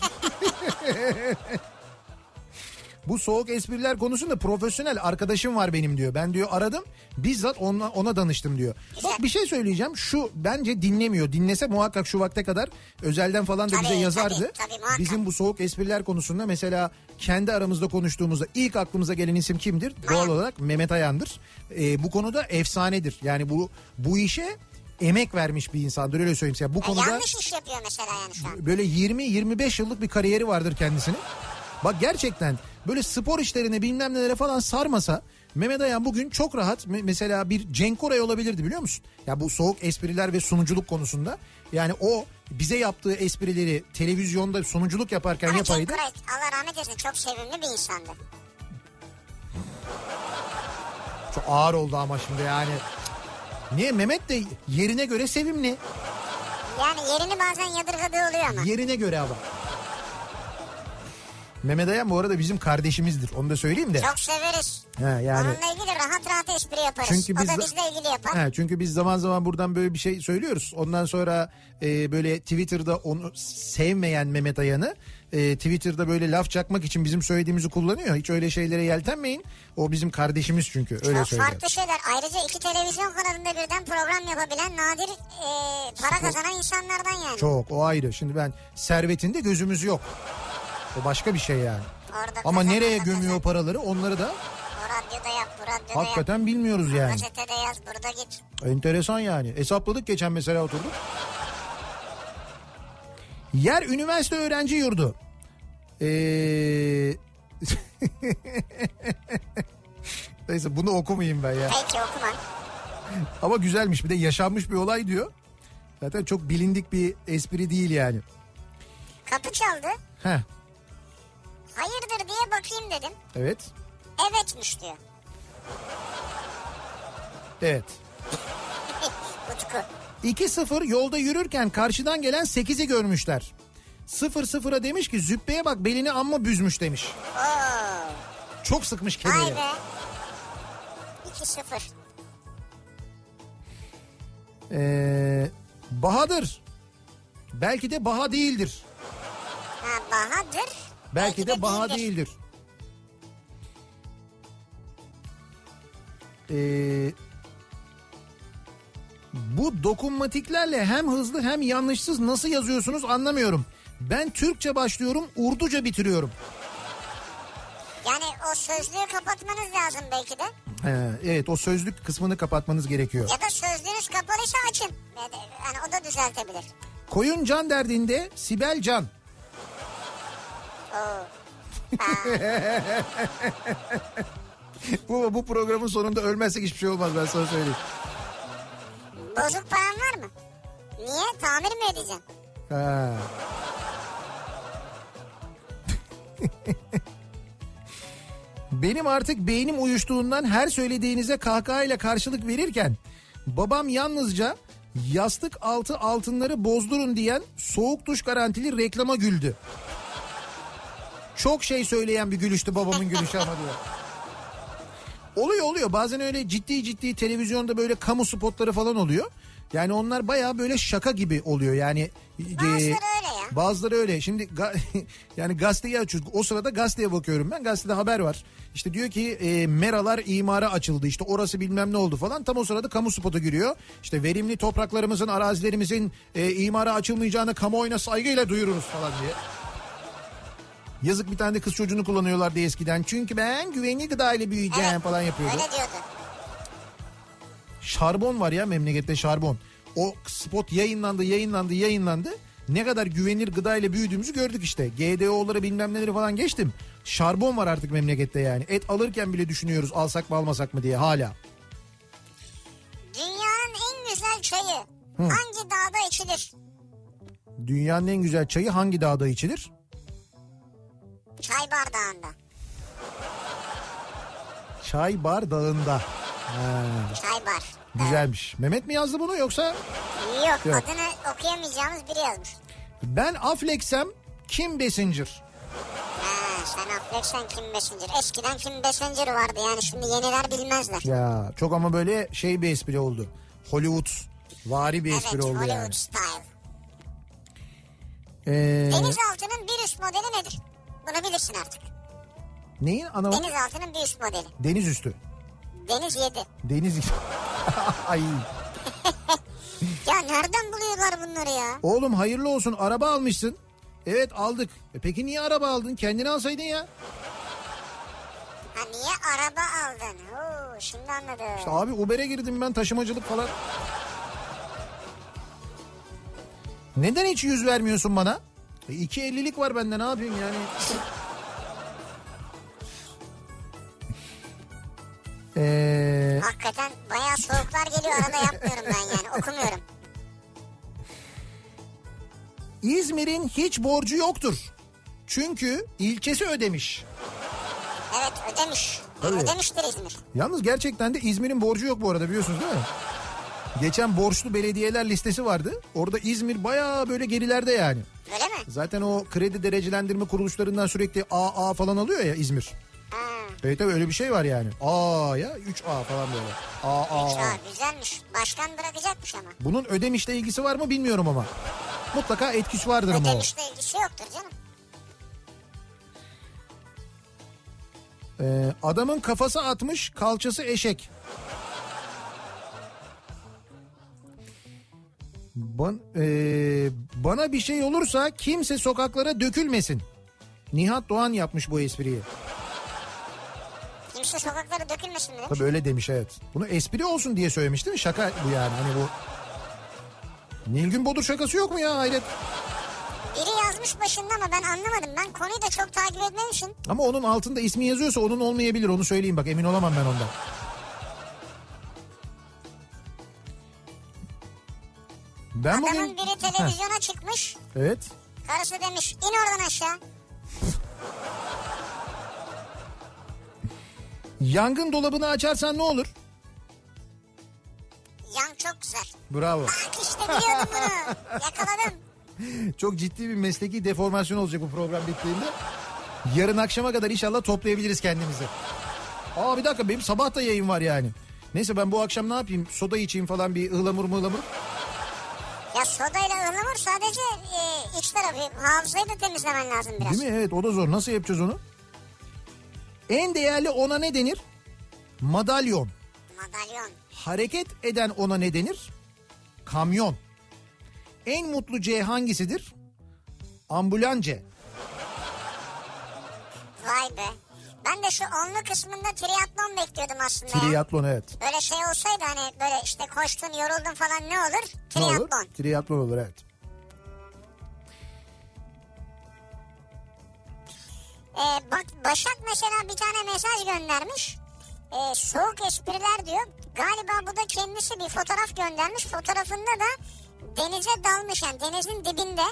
Bu soğuk espriler konusunda profesyonel arkadaşım var benim diyor. Ben diyor aradım bizzat ona, ona danıştım diyor. Bak bir şey söyleyeceğim şu bence dinlemiyor. Dinlese muhakkak şu vakte kadar özelden falan da bize
Tabii,
yazardı.
tabii, tabii, muhakkak.
Bizim bu soğuk espriler konusunda mesela kendi aramızda konuştuğumuzda ilk aklımıza gelen isim kimdir? Doğal olarak Mehmet Ayan'dır. Ee, bu konuda efsanedir. Yani bu bu işe emek vermiş bir insandır öyle söyleyeyim size. Bu
Ya
konuda
E, Yanlış iş yapıyor mesela yani şu an.
böyle 20-25 yıllık bir kariyeri vardır kendisinin. Bak gerçekten böyle spor işlerine bilmem nelere falan sarmasa Mehmet Ayan bugün çok rahat me- mesela bir Cenk Koray olabilirdi biliyor musun? Ya bu soğuk espriler ve sunuculuk konusunda yani o bize yaptığı esprileri televizyonda sunuculuk yaparken
Ama Cenk
yapaydı.
Koray Allah rahmet eylesin çok sevimli bir insandı.
Çok ağır oldu ama şimdi yani. Niye Mehmet de yerine göre sevimli.
Yani yerini bazen yadırgadığı oluyor ama.
Yerine göre ama. Mehmet Ayan bu arada bizim kardeşimizdir. Onu da söyleyeyim de.
Çok severiz.
Ha, yani.
Onunla ilgili rahat rahat espri yaparız.
Çünkü
o da
biz-
bizle ilgili yapar.
He, çünkü biz zaman zaman buradan böyle bir şey söylüyoruz. Ondan sonra e, böyle Twitter'da onu sevmeyen Mehmet Ayan'ı e, Twitter'da böyle laf çakmak için bizim söylediğimizi kullanıyor. Hiç öyle şeylere yeltenmeyin. O bizim kardeşimiz çünkü öyle
Çok
söylüyor.
farklı şeyler. Ayrıca iki televizyon kanalında birden program yapabilen nadir e, para kazanan insanlardan yani.
Çok o ayrı. Şimdi ben servetinde gözümüz yok. O başka bir şey yani.
Orada
Ama
kazan,
nereye
orada
gömüyor
kazan.
paraları onları da
O radyoda yap, bu radyoda yap.
hakikaten bilmiyoruz yani.
Gazetede yaz, burada git.
Enteresan yani. Hesapladık geçen mesela oturduk. Yer üniversite öğrenci yurdu. Ee... Neyse bunu okumayayım ben ya.
Peki okuma.
Ama güzelmiş bir de yaşanmış bir olay diyor. Zaten çok bilindik bir espri değil yani.
Kapı çaldı.
Heh
Hayırdır diye bakayım dedim.
evet.
Evetmiş diyor.
Evet.
Utku.
2-0 yolda yürürken karşıdan gelen 8'i görmüşler. 0-0'a demiş ki züppeye bak belini amma büzmüş demiş.
Oo.
Çok sıkmış
Vay
kediyi.
be. 2-0.
Ee, Bahadır. Belki de Baha değildir.
Ha Bahadır.
Belki, de, Baha
değildir.
değildir. Ee, bu dokunmatiklerle hem hızlı hem yanlışsız nasıl yazıyorsunuz anlamıyorum. Ben Türkçe başlıyorum, Urduca bitiriyorum.
Yani o sözlüğü kapatmanız lazım belki de.
He, Ee, evet o sözlük kısmını kapatmanız gerekiyor.
Ya da sözlüğünüz kapalıysa açın. Ya da- Yani o da düzeltebilir.
Koyun can derdinde Sibel can.
Oo.
bu, bu programın sonunda ölmezsek hiçbir şey olmaz ben sana söyleyeyim.
Bozuk paran var mı? Niye? Tamir mi edeceksin?
Ha. Benim artık beynim uyuştuğundan her söylediğinize kahkahayla karşılık verirken babam yalnızca yastık altı altınları bozdurun diyen soğuk duş garantili reklama güldü. Çok şey söyleyen bir gülüştü babamın gülüşü ama diyor. Oluyor oluyor bazen öyle ciddi ciddi televizyonda böyle kamu spotları falan oluyor. Yani onlar baya böyle şaka gibi oluyor yani. e,
Bazıları öyle ya.
Bazıları öyle. Şimdi ga- yani gazeteyi açıyoruz. O sırada gazeteye bakıyorum ben. Gazetede haber var. İşte diyor ki e, meralar imara açıldı. İşte orası bilmem ne oldu falan. Tam o sırada kamu spotu giriyor. İşte verimli topraklarımızın, arazilerimizin e, imara açılmayacağını kamuoyuna saygıyla duyururuz falan diye. Yazık bir tane de kız çocuğunu kullanıyorlar diye eskiden. Çünkü ben güvenli gıda ile büyüyeceğim falan yapıyordu.
Öyle diyordu.
Şarbon var ya memlekette şarbon. O spot yayınlandı yayınlandı yayınlandı. Ne kadar güvenilir gıda ile büyüdüğümüzü gördük işte. GDO'ları bilmem neleri falan geçtim. Şarbon var artık memlekette yani. Et alırken bile düşünüyoruz alsak mı almasak mı diye hala.
Dünyanın en güzel çayı hangi dağda içilir?
Dünyanın en güzel çayı hangi dağda içilir?
Çay bardağında.
Çay bardağında.
Çay bar. Ee,
Güzelmiş. Mehmet mi yazdı bunu yoksa?
Yok,
Yok.
adını okuyamayacağımız biri yazmış.
Ben Affleck'sem kim Besincir?
Ha, sen Affleck'sen Kim Besincir. Eskiden Kim Besincir vardı yani şimdi yeniler bilmezler.
Ya çok ama böyle şey bir espri oldu. Hollywood vari bir espri
evet
oldu
Hollywood
yani.
style.
Ee,
Denizaltının bir üst modeli nedir? Bunu bilirsin artık.
neyin ana?
Denizaltının bir üst modeli.
Deniz üstü.
Deniz 7.
Deniz Ay.
Ya nereden buluyorlar bunları ya?
Oğlum hayırlı olsun araba almışsın. Evet aldık. E peki niye araba aldın? Kendini alsaydın ya.
Ha niye araba aldın? Oo, şimdi anladım.
İşte abi Uber'e girdim ben taşımacılık falan. Neden hiç yüz vermiyorsun bana? E 2.50'lik var bende ne yapayım yani? Eee...
Hakikaten bayağı soğuklar geliyor arada yapmıyorum ben yani okumuyorum.
İzmir'in hiç borcu yoktur. Çünkü ilçesi ödemiş.
Evet ödemiş.
Tabii.
Ödemiştir İzmir.
Yalnız gerçekten de İzmir'in borcu yok bu arada biliyorsunuz değil mi? Geçen borçlu belediyeler listesi vardı. Orada İzmir bayağı böyle gerilerde yani.
Öyle mi?
Zaten o kredi derecelendirme kuruluşlarından sürekli AA falan alıyor ya İzmir.
Ha,
Evet tabii öyle bir şey var yani. AA ya 3A falan böyle.
şu
AA.
an güzelmiş. Başkan bırakacakmış ama.
Bunun ödemişle ilgisi var mı bilmiyorum ama. Mutlaka etkisi vardır ama o.
Ödemişle ilgisi yoktur canım.
Ee, adamın kafası atmış, kalçası eşek. Ban, ee, bana bir şey olursa kimse sokaklara dökülmesin. Nihat Doğan yapmış bu espriyi.
Kimse sokaklara dökülmesin mi?
Tabii öyle demiş evet. Bunu espri olsun diye söylemiş değil mi? Şaka bu yani. Hani bu Nilgün Bodur şakası yok mu ya hayret?
Biri yazmış başında ama ben anlamadım. Ben konuyu da çok takip etmediğim için
Ama onun altında ismi yazıyorsa onun olmayabilir onu söyleyeyim bak emin olamam ben ondan. Ben
Adamın
bugün...
biri
Heh,
televizyona çıkmış.
evet.
Karısı demiş in oradan aşağı.
Yangın dolabını açarsan ne olur?
Yan çok güzel.
Bravo.
Bak işte biliyordum bunu. Yakaladım.
Çok ciddi bir mesleki deformasyon olacak bu program bittiğinde. Yarın akşama kadar inşallah toplayabiliriz kendimizi. Aa bir dakika benim sabah da yayın var yani. Neyse ben bu akşam ne yapayım? Soda içeyim falan bir ıhlamur mıhlamur.
Ya sodayla ıhlamur sadece e, iç tarafı. Hafızayı da temizlemen lazım biraz.
Değil mi? Evet o da zor. Nasıl yapacağız onu? En değerli ona ne denir? Madalyon.
Madalyon.
Hareket eden ona ne denir? Kamyon. En mutlu C hangisidir? Ambulance.
Vay be. Ben de şu onlu kısmında triatlon bekliyordum aslında. ya.
Triatlon evet.
Böyle şey olsaydı hani böyle işte koştun yoruldun falan ne olur?
Ne olur?
Triatlon.
Triatlon olur evet.
Ee, bak Başak mesela bir tane mesaj göndermiş. Ee, soğuk espriler diyor. Galiba bu da kendisi bir fotoğraf göndermiş. Fotoğrafında da denize dalmış yani denizin dibinde.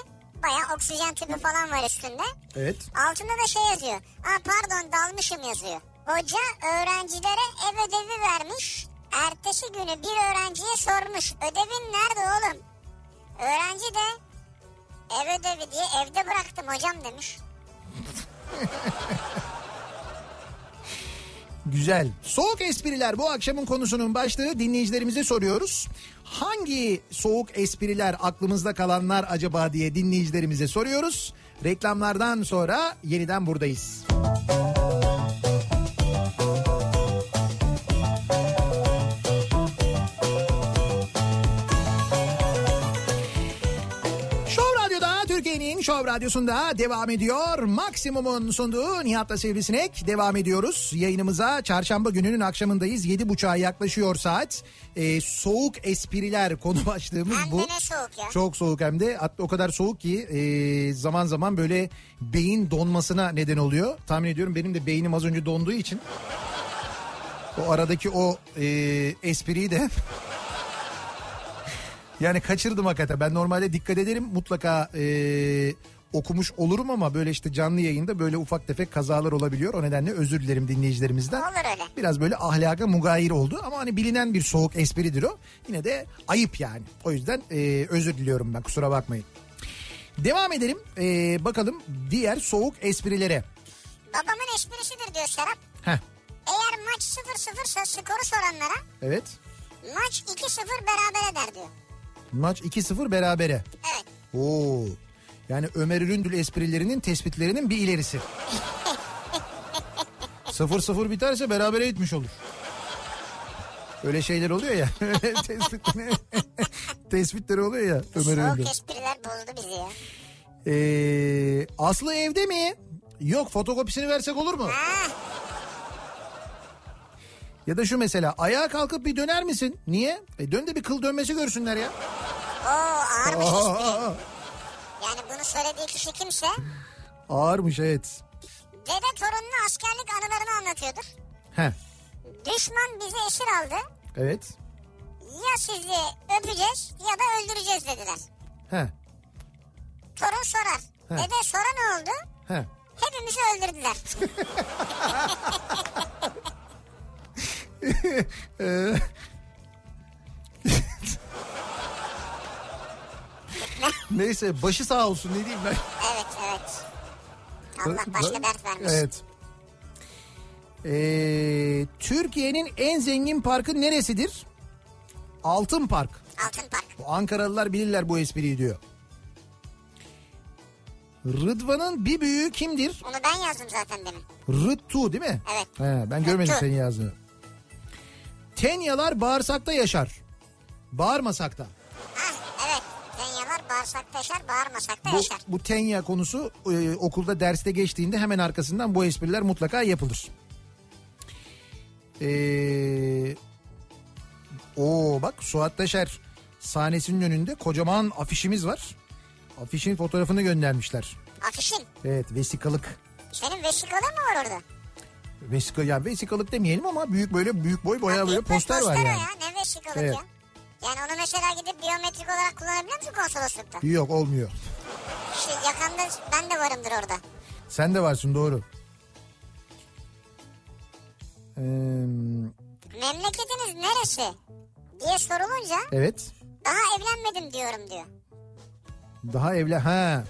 Baya oksijen tüpü falan var üstünde.
Evet.
Altında da şey yazıyor. Aa, pardon dalmışım yazıyor. Hoca öğrencilere ev ödevi vermiş. Ertesi günü bir öğrenciye sormuş. Ödevin nerede oğlum? Öğrenci de ev ödevi diye evde bıraktım hocam demiş.
Güzel. Soğuk espriler bu akşamın konusunun başlığı dinleyicilerimize soruyoruz. Hangi soğuk espriler aklımızda kalanlar acaba diye dinleyicilerimize soruyoruz. Reklamlardan sonra yeniden buradayız. Şov Radyo'da Türkiye'nin Şov Radyosu'nda devam ediyor. Maksimum'un sunduğu Nihat'la Sivrisinek devam ediyoruz. Yayınımıza çarşamba gününün akşamındayız. Yedi buçuğa yaklaşıyor saat. Ee, soğuk espriler konu başlığımız
Hem
bu.
de ne soğuk ya.
Çok soğuk hem de hatta o kadar soğuk ki e, zaman zaman böyle beyin donmasına neden oluyor. Tahmin ediyorum benim de beynim az önce donduğu için. O aradaki o e, espriyi de yani kaçırdım hakikaten. Ben normalde dikkat ederim mutlaka e, okumuş olurum ama böyle işte canlı yayında böyle ufak tefek kazalar olabiliyor. O nedenle özür dilerim dinleyicilerimizden.
Olur öyle.
Biraz böyle ahlaka mugayir oldu ama hani bilinen bir soğuk espridir o. Yine de ayıp yani. O yüzden e, özür diliyorum ben kusura bakmayın. Devam edelim E, bakalım diğer soğuk esprilere.
Babamın esprisidir diyor Serap.
Heh,
Eğer maç 0-0 ise skoru soranlara
evet
maç 2-0 beraber eder diyor.
maç 2-0 berabere.
Evet.
Oo. Yani Ömer Üründül esprilerinin tespitlerinin bir ilerisi. 0-0 biterse berabere gitmiş olur. Öyle şeyler oluyor ya. tespitleri, tespitleri oluyor ya Ömer
Soğuk
Üründül.
espriler bozdu bizi ya.
Ee, Aslı evde mi? Yok fotokopisini versek olur mu?
Ha,
Ya da şu mesela ayağa kalkıp bir döner misin? Niye? E dön de bir kıl dönmesi görsünler ya.
oo ağırmış espri.
Aa,
Yani bunu söylediği kişi kimse
ağırmış evet.
dede torununa askerlik anılarını anlatıyordur.
Heh,
Düşman bizi esir aldı.
evet.
Ya sizi öpeceğiz ya da öldüreceğiz dediler.
Heh,
Torun sorar.
He.
Dede sonra ne oldu?
heh.
Hepimizi öldürdüler.
Ee, Neyse başı sağ olsun ne diyeyim ben.
Evet evet. Allah başka dert vermiş.
Evet. Ee, Türkiye'nin en zengin parkı neresidir? Altın Park.
Altın Park.
Bu Ankaralılar bilirler bu espriyi diyor. Rıdvan'ın bir büyüğü kimdir?
Onu ben yazdım zaten demin.
Rıttu değil mi?
Evet.
He, ben görmedim
Rıttu.
senin yazdığını. Tenyalar bağırsakta yaşar. Bağırmasak da.
Hah Ah, evet. Tenyalar bağırsakta yaşar, bağırmasakta
Bu,
yaşar.
bu tenya konusu e, okulda derste geçtiğinde hemen arkasından bu espriler mutlaka yapılır. E, Ee, o bak Suat Taşer sahnesinin önünde kocaman afişimiz var. Afişin fotoğrafını göndermişler.
Afişin.
Evet vesikalık.
Senin vesikalı mı var orada?
Vesika, yani vesikalık demeyelim ama büyük böyle büyük boy bayağı
Ya
böyle
büyük boy
poster var
poster o
yani.
ya. Ne vesikalık
Evet.
ya. Yani onu mesela gidip biyometrik olarak kullanabilir misin konsoloslukta?
Yok olmuyor.
Şey yakanda ben de varımdır orada.
Sen de varsın doğru. Ee,
Memleketiniz neresi? diye sorulunca
evet.
daha evlenmedim diyorum diyor.
Daha evli. Ha.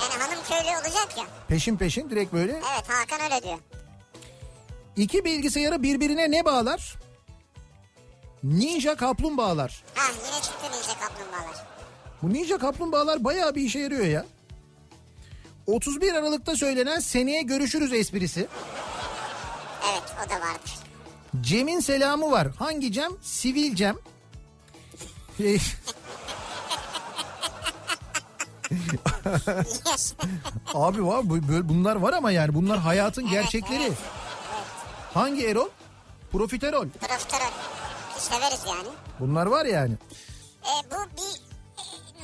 Yani hanım köylü olacak ya.
Peşin peşin direkt böyle.
Evet Hakan öyle diyor.
İki bilgisayarı birbirine ne bağlar? Ninja kaplumbağalar.
Ha yine çıktı Ninja Kaplumbağalar.
Bu ninja kaplumbağalar bayağı bir işe yarıyor ya. 31 Aralık'ta söylenen seneye görüşürüz esprisi.
Evet o da vardır.
Cem'in selamı var. Hangi Cem? Sivil Cem. Şey,
Yes.
Abi var bu- böyle bunlar var ama yani bunlar hayatın gerçekleri. Hangi Erol? Profiterol.
Profiterol. Severiz yani.
Bunlar var yani.
E, bu bir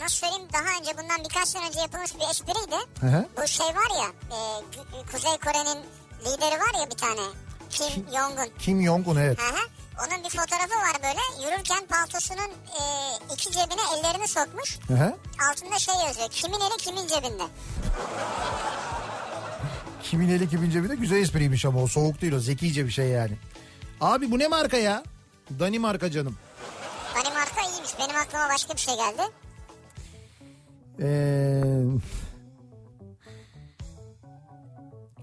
e, nasıl söyleyeyim daha önce bundan birkaç sene önce yapılmış bir espriydi.
Hı hı.
Bu şey var ya e, Gü- Kuzey Kore'nin lideri var ya bir tane Kim Jong-un.
Kim Jong-un evet.
Hı hı. Onun bir fotoğrafı var böyle yürürken paltosunun e, iki cebine ellerini sokmuş.
Hı hı.
Altında şey yazıyor kimin eli kimin cebinde.
Kimin eli kimin cebinde güzel espriymiş ama o soğuk değil o zekice bir şey yani. Abi bu ne marka ya? Danimarka canım.
Danimarka Hani iyiymiş benim aklıma başka bir şey geldi.
Ee,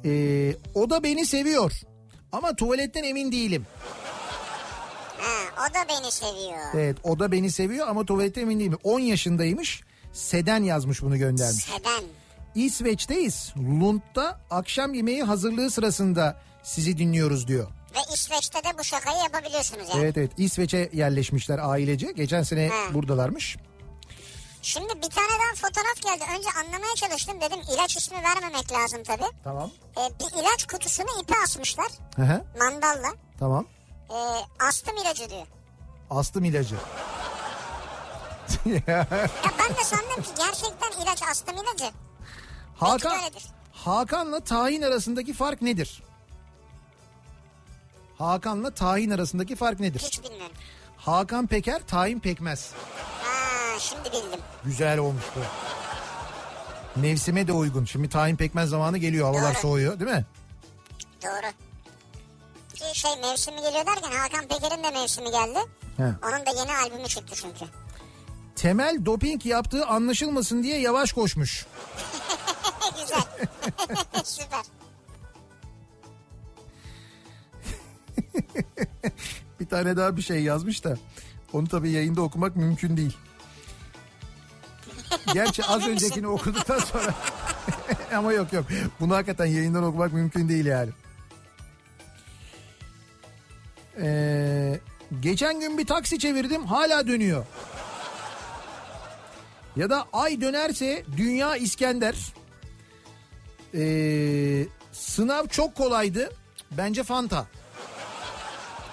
ee, o da beni seviyor. Ama tuvaletten emin değilim.
Ha, o da beni seviyor.
Evet o da beni seviyor ama tuvaletten emin değilim. 10 yaşındaymış. Seden yazmış bunu göndermiş.
Neden?
İsveç'teyiz. Lund'da akşam yemeği hazırlığı sırasında sizi dinliyoruz diyor.
Ve İsveç'te de bu şakayı yapabiliyorsunuz yani.
Evet evet İsveç'e yerleşmişler ailece. Geçen sene
Ha.
buradalarmış.
Şimdi bir tane daha fotoğraf geldi. Önce anlamaya çalıştım dedim ilaç ismi vermemek lazım tabii.
Tamam.
Ee, bir ilaç kutusunu ipe asmışlar
Hı hı,
mandalla.
tamam.
Ee, astım ilacı diyor.
Astım ilacı.
Ya ben de sandım ki gerçekten ilaç astım ilacı.
Hakan
öyledir.
Hakan'la tahin arasındaki fark nedir? Hakan'la tahin arasındaki fark nedir?
Hiç bilmiyorum.
Hakan Peker, tahin pekmez.
Ha şimdi bildim.
Güzel olmuş bu. Mevsime de uygun. Şimdi tahin pekmez zamanı geliyor. Havalar
Doğru.
soğuyor değil mi?
Doğru. Ki şey mevsimi geliyor derken Hakan Peker'in de mevsimi geldi.
He.
Onun da yeni albümü çıktı çünkü.
Temel doping yaptığı anlaşılmasın diye yavaş koşmuş.
Ne güzel. Süper.
Bir tane daha bir şey yazmış da onu tabii yayında okumak mümkün değil. Gerçi az öncekini okuduktan sonra ama yok yok. Bunu hakikaten yayından okumak mümkün değil yani. Ee, geçen gün bir taksi çevirdim hala dönüyor. Ya da ay dönerse dünya İskender. Ee, sınav çok kolaydı. Bence Fanta.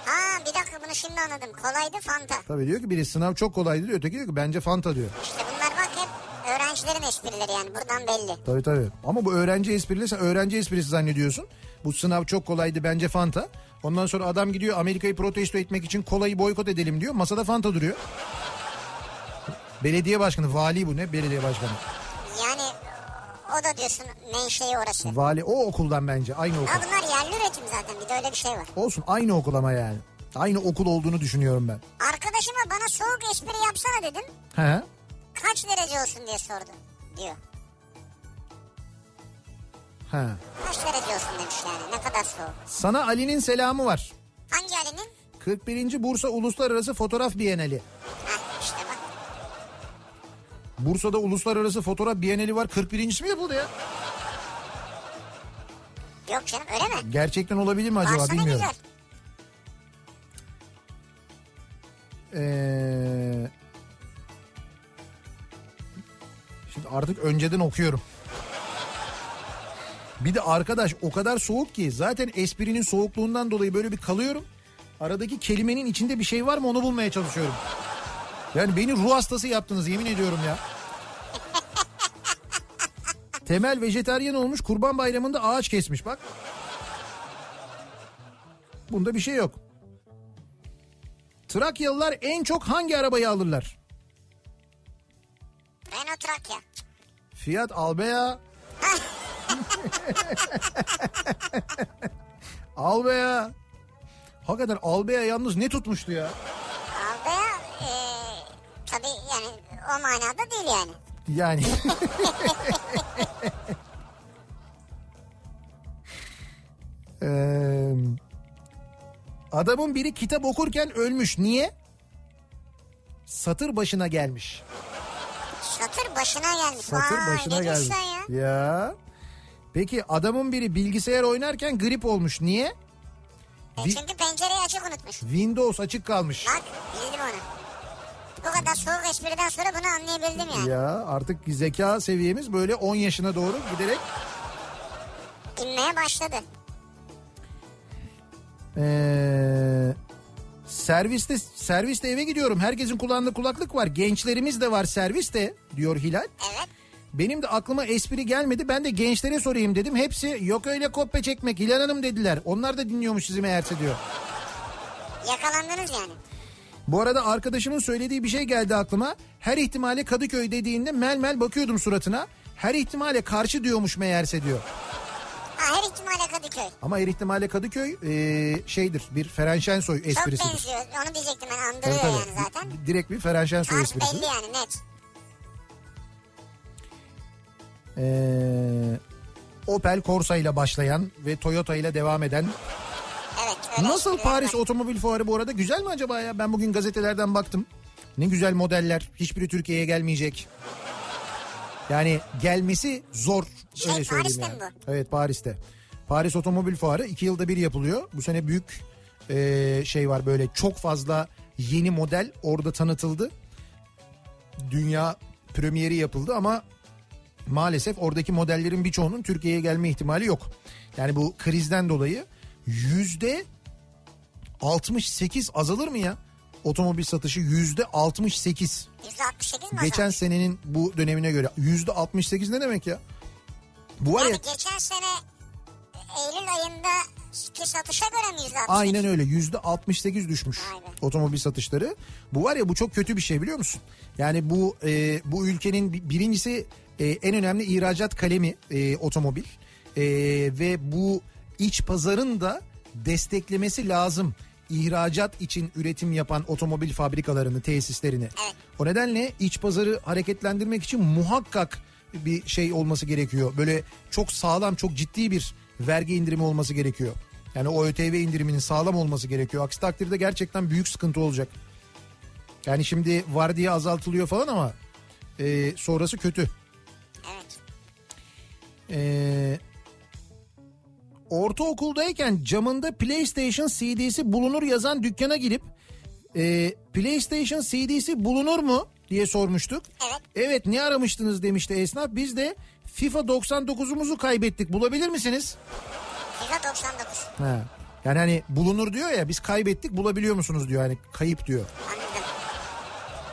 Ha bir dakika bunu şimdi anladım. Kolaydı Fanta.
Tabii diyor ki biri sınav çok kolaydı diyor. Öteki diyor ki bence Fanta diyor.
İşte bunlar bak hep öğrencilerin esprileri yani buradan belli.
Tabii tabii. Ama bu öğrenci esprili sen öğrenci esprisi zannediyorsun. Bu sınav çok kolaydı bence Fanta. Ondan sonra adam gidiyor Amerika'yı protesto etmek için kolayı boykot edelim diyor. Masada Fanta duruyor. Belediye başkanı vali bu ne belediye başkanı.
Yani o da diyorsun ne şeyi orası.
Vali o okuldan bence aynı okul.
Ha bunlar yerli üretim zaten bir de öyle bir şey var.
Olsun aynı okul ama yani. Aynı okul olduğunu düşünüyorum ben.
Arkadaşıma bana soğuk espri yapsana dedim.
He.
Kaç derece olsun diye sordu diyor.
He.
Kaç derece olsun demiş yani ne kadar soğuk. Sana
Ali'nin
selamı var. Hangi Ali'nin?
41. Bursa Uluslararası Fotoğraf Bienali.
Hah Ah, işte bak.
Bursa'da Uluslararası Fotoğraf Bienali var. 41. mi yapıldı ya?
Yok canım öyle mi?
Gerçekten olabilir mi acaba
Baksana
bilmiyorum.
güzel.
Ee, şimdi artık önceden okuyorum. Bir de arkadaş o kadar soğuk ki zaten esprinin soğukluğundan dolayı böyle bir kalıyorum. Aradaki kelimenin içinde bir şey var mı onu bulmaya çalışıyorum. Yani beni ruh hastası yaptınız yemin ediyorum ya. Temel vejeteryan olmuş kurban bayramında ağaç kesmiş bak. Bunda bir şey yok. Trakyalılar en çok hangi arabayı alırlar?
Renault Trakya.
Fiat Albea. Albea. Hakikaten Albea yalnız ne tutmuştu ya?
Abi e, tabii yani o manada değil yani.
Yani. Eee, adamın biri kitap okurken ölmüş. Niye? Satır başına gelmiş.
Satır başına gelmiş.
Satır
Vay,
başına
ne
gelmiş.
diyorsun Ya.
Ya. Peki adamın biri bilgisayar oynarken grip olmuş. Niye?
E,
Vi-
çünkü pencereyi açık unutmuş.
Windows açık kalmış.
Bak bildim onu. Bu kadar soğuk espriden sonra bunu anlayabildim yani.
Ya artık zeka seviyemiz böyle 10 yaşına doğru giderek
İnmeye başladı.
Ee, serviste serviste eve gidiyorum. Herkesin kullandığı kulaklık var. Gençlerimiz de var serviste diyor Hilal.
Evet.
Benim de aklıma espri gelmedi. Ben de gençlere sorayım dedim. Hepsi yok öyle kopya çekmek Hilal Hanım dediler. Onlar da dinliyormuş sizi meğerse diyor.
Yakalandınız yani.
Bu arada arkadaşımın söylediği bir şey geldi aklıma. Her ihtimale Kadıköy dediğinde mel mel bakıyordum suratına. Her ihtimale karşı diyormuş meğerse diyor.
Ha, her ihtimale Kadıköy.
Ama her ihtimale Kadıköy ee, şeydir bir Feren Şensoy
Çok
esprisidir.
benziyor. Onu diyecektim ben.
Tabii,
Andırıyor
tabii.
yani zaten.
Di- Direkt bir Feren Şensoy
Harf
esprisi.
belli yani net.
Ee, Opel Corsa ile başlayan ve Toyota ile devam eden.
Evet. Öyle
Nasıl
espriler
Paris
var.
Otomobil Fuarı bu arada güzel mi acaba ya? Ben bugün gazetelerden baktım. Ne güzel modeller. Hiçbiri Türkiye'ye gelmeyecek. Yani gelmesi zor.
Şey,
öyle söyleyeyim
Paris'te
yani.
mi
Evet Paris'te. Paris Otomobil Fuarı iki yılda bir yapılıyor. Bu sene büyük e, şey var böyle çok fazla yeni model orada tanıtıldı. Dünya premieri yapıldı ama maalesef oradaki modellerin birçoğunun Türkiye'ye gelme ihtimali yok. Yani bu krizden dolayı yüzde 68 azalır mı ya? Otomobil satışı yüzde 68.
%68 mi
Geçen
Geçen,
senenin bu dönemine göre yüzde 68 ne demek ya? Bu var ya
Abi geçen sene e, Eylül ayında ki satışa göre mi %68?
aynen öyle yüzde 68 düşmüş
Vay be.
otomobil satışları. Bu var ya bu çok kötü bir şey biliyor musun? Yani bu e, bu ülkenin bi- birincisi e, en önemli ihracat kalemi e, otomobil E, ve bu iç pazarın da desteklemesi lazım ihracat için üretim yapan otomobil fabrikalarını, tesislerini.
Evet.
O nedenle iç pazarı hareketlendirmek için muhakkak bir şey olması gerekiyor. Böyle çok sağlam, çok ciddi bir vergi indirimi olması gerekiyor. Yani o ÖTV indiriminin sağlam olması gerekiyor. Aksi takdirde gerçekten büyük sıkıntı olacak. Yani şimdi var diye azaltılıyor falan ama e, sonrası kötü.
Evet.
E, ortaokuldayken camında PlayStation CD'si bulunur yazan dükkana girip e, PlayStation CD'si bulunur mu diye sormuştuk.
Evet.
Evet ne aramıştınız demişti esnaf. Biz de FIFA 99'umuzu kaybettik bulabilir misiniz?
FIFA 99.
Ha. Yani hani bulunur diyor ya biz kaybettik bulabiliyor musunuz diyor hani kayıp diyor.
Anladım.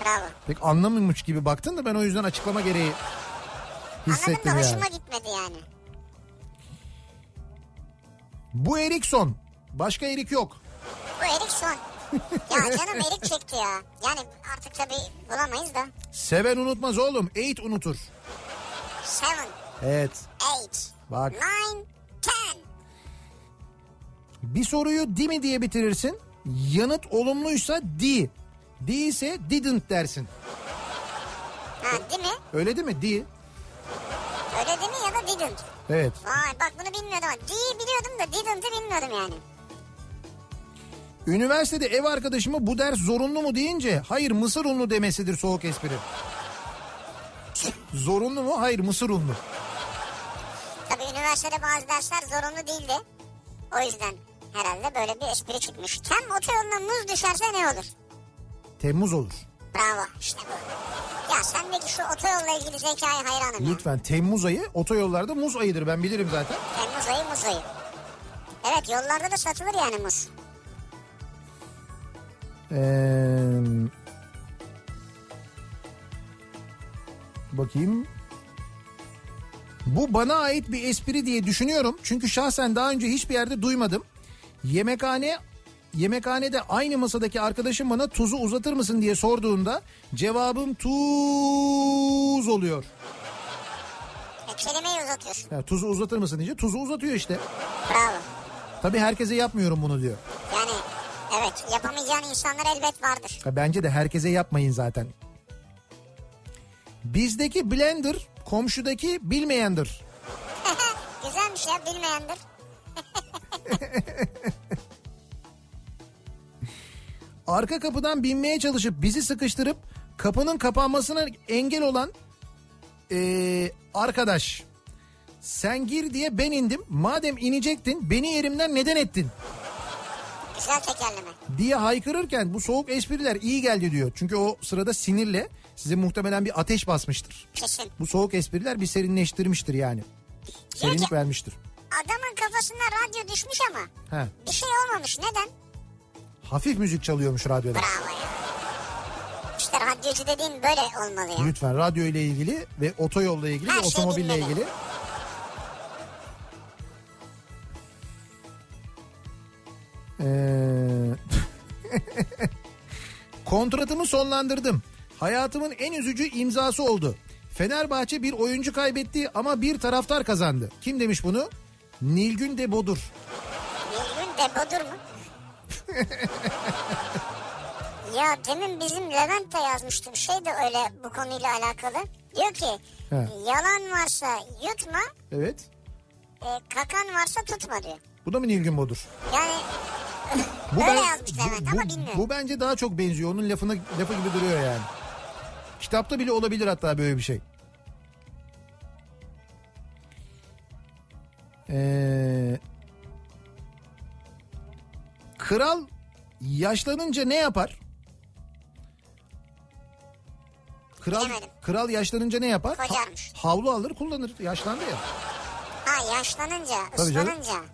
Bravo.
Pek anlamıyormuş gibi baktın da ben o yüzden açıklama gereği
Anladım da
hissettim yani.
hoşuma gitmedi yani.
Bu Erikson. Başka Erik yok.
Bu Erik son. ya canım Erik çekti ya. Yani artık tabii bulamayız da.
Seven unutmaz oğlum. Eight unutur.
7,
Evet
8,
bak
9, 10.
bir soruyu di mi diye bitirirsin. Yanıt olumluysa di. Değilse didn't dersin.
Ha değil mi?
Öyle değil mi? Di.
Öyle değil mi ya da didn't.
Evet.
Vay bak bunu bilmiyordum. D'yi biliyordum da didn't'ı bilmiyordum yani.
Üniversitede ev arkadaşıma bu ders zorunlu mu deyince hayır mısır unlu demesidir soğuk espri. zorunlu mu? Hayır mısır unlu.
Tabii üniversitede bazı dersler zorunlu değildi. O yüzden herhalde böyle bir espri çıkmış. Tem otoyoluna muz düşerse ne olur?
Temmuz olur.
Bravo işte bu. Ya sendeki şu otoyolla ilgili zekaya hayranım ya.
Lütfen Temmuz ayı otoyollarda muz ayıdır ben bilirim zaten.
Temmuz ayı muz ayı. E, Evet yollarda da satılır yani muz.
Ee, bakayım. Bu bana ait bir espri diye düşünüyorum. Çünkü şahsen daha önce hiçbir yerde duymadım. Yemekhane Yemekhanede aynı masadaki arkadaşım bana tuzu uzatır mısın diye sorduğunda cevabım tuz oluyor.
E, kelimeyi uzatıyorsun.
Ya tuzu uzatır mısın deyince tuzu uzatıyor işte.
Bravo.
Tabii herkese yapmıyorum bunu diyor.
Yani evet yapamayacağın insanlar elbet vardır.
Ya Bence de herkese yapmayın zaten. Bizdeki blender komşudaki bilmeyendir.
Güzelmiş ya bilmeyendir.
Arka kapıdan binmeye çalışıp bizi sıkıştırıp kapının kapanmasına engel olan eee, arkadaş. Sen gir diye ben indim. Madem inecektin beni yerimden neden ettin
Güzel tekerleme.
diye haykırırken bu soğuk espriler iyi geldi diyor. Çünkü o sırada sinirle size muhtemelen bir ateş basmıştır.
Kesin.
Bu soğuk espriler bir serinleştirmiştir yani. Serinlik
Peki.
vermiştir.
Adamın kafasına radyo düşmüş ama
He.
bir şey olmamış. Neden?
Hafif müzik çalıyormuş radyoda.
Bravo ya. İşte radyocu dediğin böyle olmalı ya.
Lütfen radyo ile ilgili ve otoyolla ilgili
Her
ve
şey
otomobille
bilmeli.
ilgili. Ee, Kontratımı sonlandırdım. Hayatımın en üzücü imzası oldu. Fenerbahçe bir oyuncu kaybetti ama bir taraftar kazandı. Kim demiş bunu? Nilgün de Bodur.
Nilgün de bodur mu? ya demin bizim Levent de yazmıştı bir şey de öyle bu konuyla alakalı. Diyor ki
He.
yalan varsa yutma,
Evet.
e, kakan varsa tutma diyor.
Bu da mı Nilgün Bodur?
Yani
Bu
öyle
ben-
yazmış Levent ama bilmiyorum.
bu bence daha çok benziyor. Onun lafına lafı gibi duruyor yani. Kitapta bile olabilir hatta böyle bir şey. Ee, kral yaşlanınca ne yapar? Kral
Bilemedim.
kral yaşlanınca ne yapar? Ha-
Kocarmış.
havlu alır kullanır. Yaşlandı ya.
ha yaşlanınca,
Tabii canım.
ıslanınca.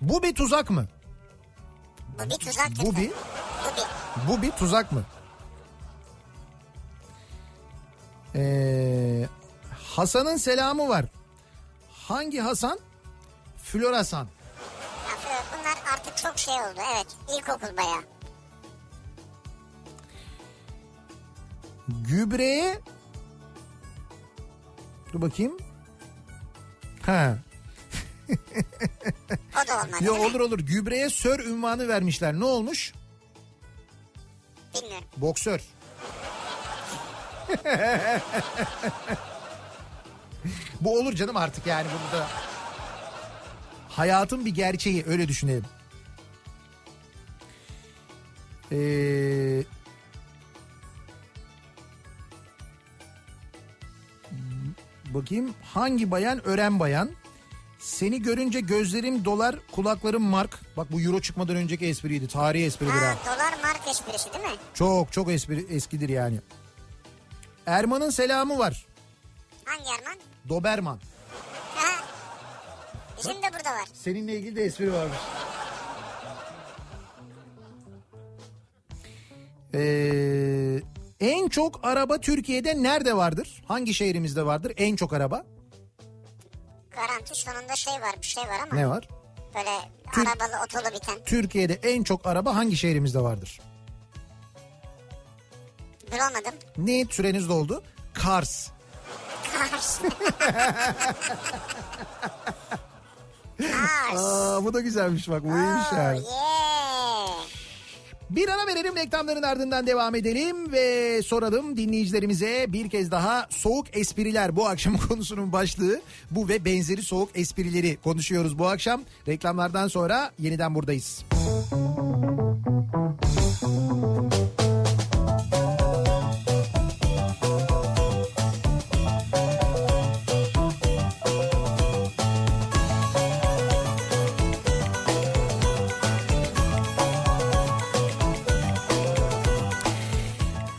Bu bir tuzak mı?
Bu bir tuzaktır.
Bu
tabii.
bir
Bu bir.
Bu bir tuzak mı? Ee, Hasan'ın selamı var. Hangi Hasan? Flor Hasan.
Ya Flör, bunlar artık çok şey oldu. Evet ilkokul bayağı.
Gübreye... Dur bakayım. Ha.
O da olmadı
Yo,
değil mi?
olur olur. Gübreye sör ünvanı vermişler. Ne olmuş?
Bilmiyorum.
Boksör. Bu olur canım artık yani burada. Hayatın bir gerçeği öyle düşünelim. Ee, bakayım hangi bayan ören bayan. Seni görünce gözlerim dolar kulaklarım mark. Bak bu euro çıkmadan önceki espriydi. Tarihi espridir ha.
Ha, dolar mark esprisi değil mi?
Çok çok espri, eskidir yani. Erman'ın selamı var.
Hangi Erman?
Doberman.
Ha. Bizim de burada var.
Seninle ilgili de espri varmış. Ee, en çok araba Türkiye'de nerede vardır? Hangi şehrimizde vardır en çok araba?
Garanti sonunda şey var bir şey var ama
Ne var?
böyle
Tür-
arabalı otolu biten.
Türkiye'de en çok araba hangi şehrimizde vardır?
Bulamadım.
Ne süreniz doldu? Kars.
Kars.
Aa, bu da güzelmiş bak bu iyiymiş yani.
Oh, yeah.
Bir ara verelim reklamların ardından devam edelim ve soralım dinleyicilerimize bir kez daha soğuk espriler bu akşam konusunun başlığı bu ve benzeri soğuk esprileri konuşuyoruz bu akşam. Reklamlardan sonra yeniden buradayız.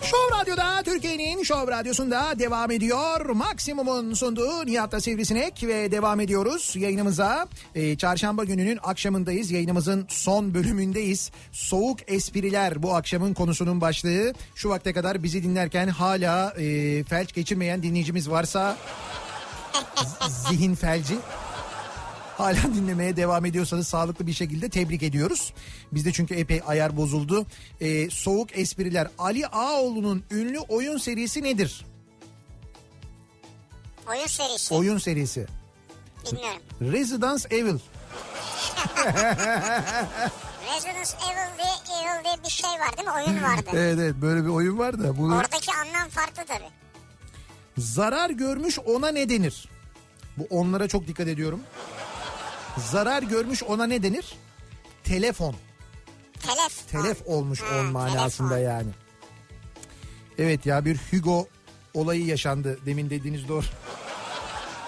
Şov Radyo'da Türkiye'nin Şov Radyosu'nda devam ediyor. Maksimum'un sunduğu Nihat'ta Sivrisinek ve devam ediyoruz yayınımıza. Ee, çarşamba gününün akşamındayız. Yayınımızın son bölümündeyiz. Soğuk espriler bu akşamın konusunun başlığı. Şu vakte kadar bizi dinlerken hala e, felç geçirmeyen dinleyicimiz varsa Zihin felci. Hala dinlemeye devam ediyorsanız sağlıklı bir şekilde tebrik ediyoruz. Bizde çünkü epey ayar bozuldu. Ee, soğuk espriler. Ali Ağoğlu'nun ünlü oyun serisi nedir?
Oyun serisi.
Oyun serisi.
Bilmiyorum.
Residence Evil.
Residence Evil diye, Evil diye bir şey var değil mi? Oyun vardı.
Evet evet böyle bir oyun var da. Bu...
Oradaki anlam farklı tabii.
Zarar görmüş ona ne denir? Bu onlara çok dikkat ediyorum. Zarar görmüş ona ne denir? Telefon.
Telef.
Telef
on.
olmuş
Ha,
on manasında
telef on.
yani. Evet ya bir Hugo olayı yaşandı. Demin dediğiniz doğru.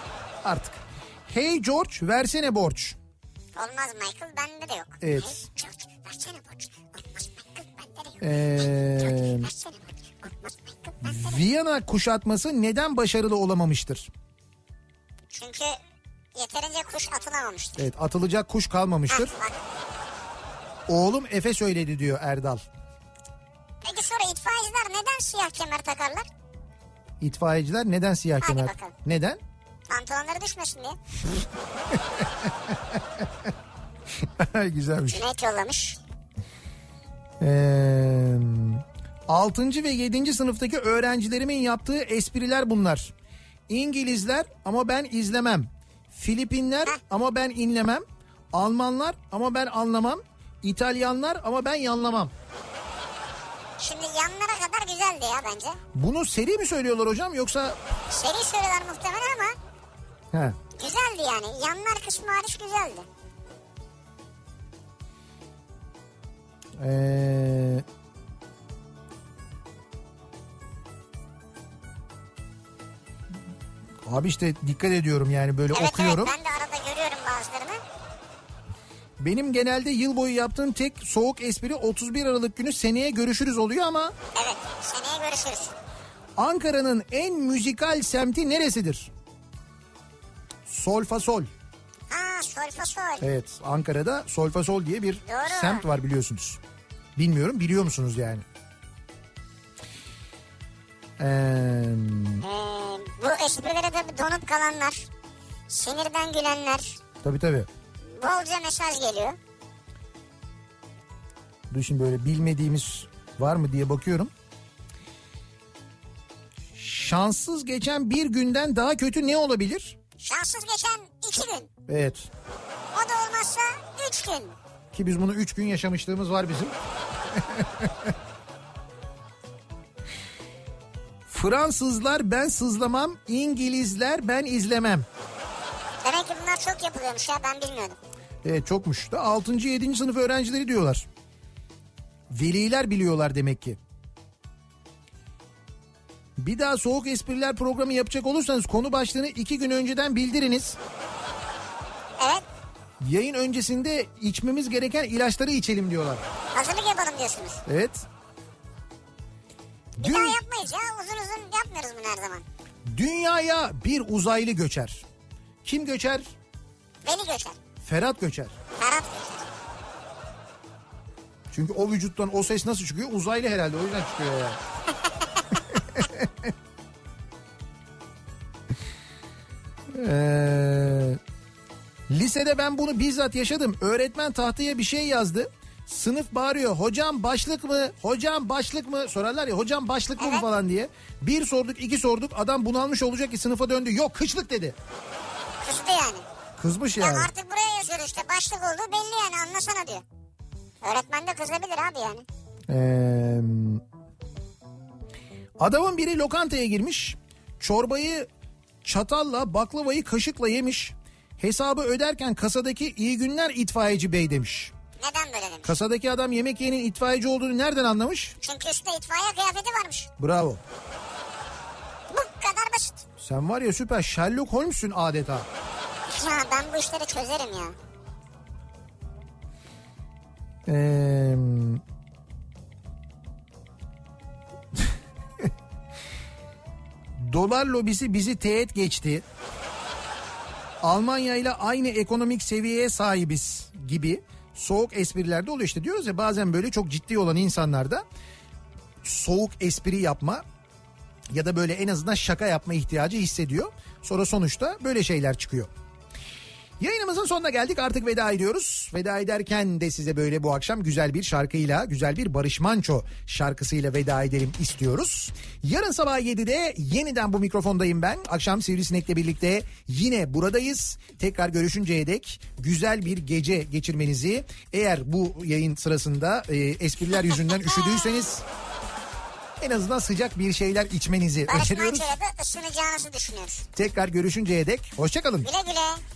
Artık. Hey George versene borç.
Olmaz Michael bende de yok.
Evet.
Hey, George versene borç. Olmaz Michael bende de yok.
Ee,
George versene borç. Olmaz Michael bende de yok.
Viyana kuşatması neden başarılı olamamıştır?
Çünkü yeterince kuş atılamamıştır.
Evet atılacak kuş
Heh,
kalmamıştır.
bak. Ah.
Oğlum Efe söyledi diyor Erdal.
Peki sonra itfaiyeciler neden siyah kemer takarlar?
İtfaiyeciler neden siyah
Hadi
kemer?
bakalım.
Neden?
Pantolonları düşmesin diye.
Güzelmiş.
Cüneyt yollamış.
Ee, 6. ve 7. sınıftaki öğrencilerimin yaptığı espriler bunlar. İngilizler ama ben izlemem. Filipinler ama ben inlemem. Almanlar ama ben anlamam. İtalyanlar ama ben yanlamam.
Şimdi yanlara kadar güzeldi ya bence.
Bunu seri mi söylüyorlar hocam yoksa...
Seri söylüyorlar muhtemelen ama
He.
güzeldi yani. Yanlar kısmı hariç güzeldi.
Ee, Abi işte dikkat ediyorum yani böyle
Evet
okuyorum.
evet ben de arada görüyorum bazılarını.
Benim genelde yıl boyu yaptığım tek soğuk espri 31 Aralık günü seneye görüşürüz oluyor ama
Evet seneye görüşürüz.
Ankara'nın en müzikal semti neresidir? Solfa Sol.
Ha solfa sol.
Evet Ankara'da Solfa Sol diye bir
Doğru.
semt var biliyorsunuz. Bilmiyorum biliyor musunuz yani? Ee,
Ee, bu esprilere de donup kalanlar, sinirden gülenler,
tabii tabii.
bolca mesaj geliyor.
Dur şimdi böyle bilmediğimiz var mı diye bakıyorum. Şanssız geçen bir günden daha kötü ne olabilir?
Şanssız geçen iki gün.
Evet.
O da olmazsa üç gün.
Ki biz bunu 3 gün yaşamışlığımız var bizim. Fransızlar ben sızlamam, İngilizler ben izlemem.
Demek ki bunlar çok yapılıyormuş ya ben bilmiyordum.
Evet E, çokmuş da 6. 7. sınıf öğrencileri diyorlar. Veliler biliyorlar demek ki. Bir daha soğuk espriler programı yapacak olursanız konu başlığını 2 gün önceden bildiriniz.
Evet
Yayın öncesinde içmemiz gereken ilaçları içelim diyorlar.
hazırlık yapalım diyorsunuz.
Evet.
Bir daha
Dün-
yapmayız ya uzun uzun yapmıyoruz bunu her zaman.
Dünyaya bir uzaylı göçer. Kim göçer?
Beni göçer.
Ferhat göçer.
Ferhat göçer.
Çünkü o vücuttan o ses nasıl çıkıyor? Uzaylı herhalde o yüzden çıkıyor ya. Ee, lisede ben bunu bizzat yaşadım. Öğretmen tahtaya bir şey yazdı. Sınıf bağırıyor hocam başlık mı hocam başlık mı sorarlar ya hocam başlık mı bu
Evet.
falan diye. Bir sorduk iki sorduk adam bunalmış olacak ki sınıfa döndü yok kışlık dedi.
Kızdı yani.
Kızmış
Ya
yani.
artık buraya yazıyoruz işte başlık olduğu belli yani anlasana diyor. Öğretmen de kızabilir abi yani.
Ee, adamın biri lokantaya girmiş. Çorbayı çatalla, baklavayı kaşıkla yemiş. Hesabı öderken kasadaki iyi günler itfaiyeci bey demiş.
Neden böyle demiş.
Kasadaki adam yemek yiyenin itfaiyeci olduğunu nereden anlamış?
Çünkü üstte itfaiye kıyafeti varmış.
Bravo.
Bu kadar basit.
Sen var ya süper Sherlock Holmes'ün adeta.
Ya ben bu işleri çözerim ya.
Ee, Dolar lobisi bizi teğet geçti. Almanya ile aynı ekonomik seviyeye sahibiz gibi soğuk esprilerde oluyor işte diyoruz ya bazen böyle çok ciddi olan insanlarda soğuk espri yapma ya da böyle en azından şaka yapma ihtiyacı hissediyor. Sonra sonuçta böyle şeyler çıkıyor. Yayınımızın sonuna geldik artık veda ediyoruz. Veda ederken de size böyle bu akşam güzel bir şarkıyla, güzel bir Barış Manço şarkısıyla veda edelim istiyoruz. Yarın sabah 7'de yeniden bu mikrofondayım ben. Akşam Sivrisinek'le birlikte yine buradayız. Tekrar görüşünceye dek güzel bir gece geçirmenizi eğer bu yayın sırasında e, espriler yüzünden üşüdüyseniz en azından sıcak bir şeyler içmenizi
Barış
öneriyoruz.
Manço'ya da ısınacağınızı düşünüyoruz.
Tekrar görüşünceye dek hoşçakalın.
Güle güle.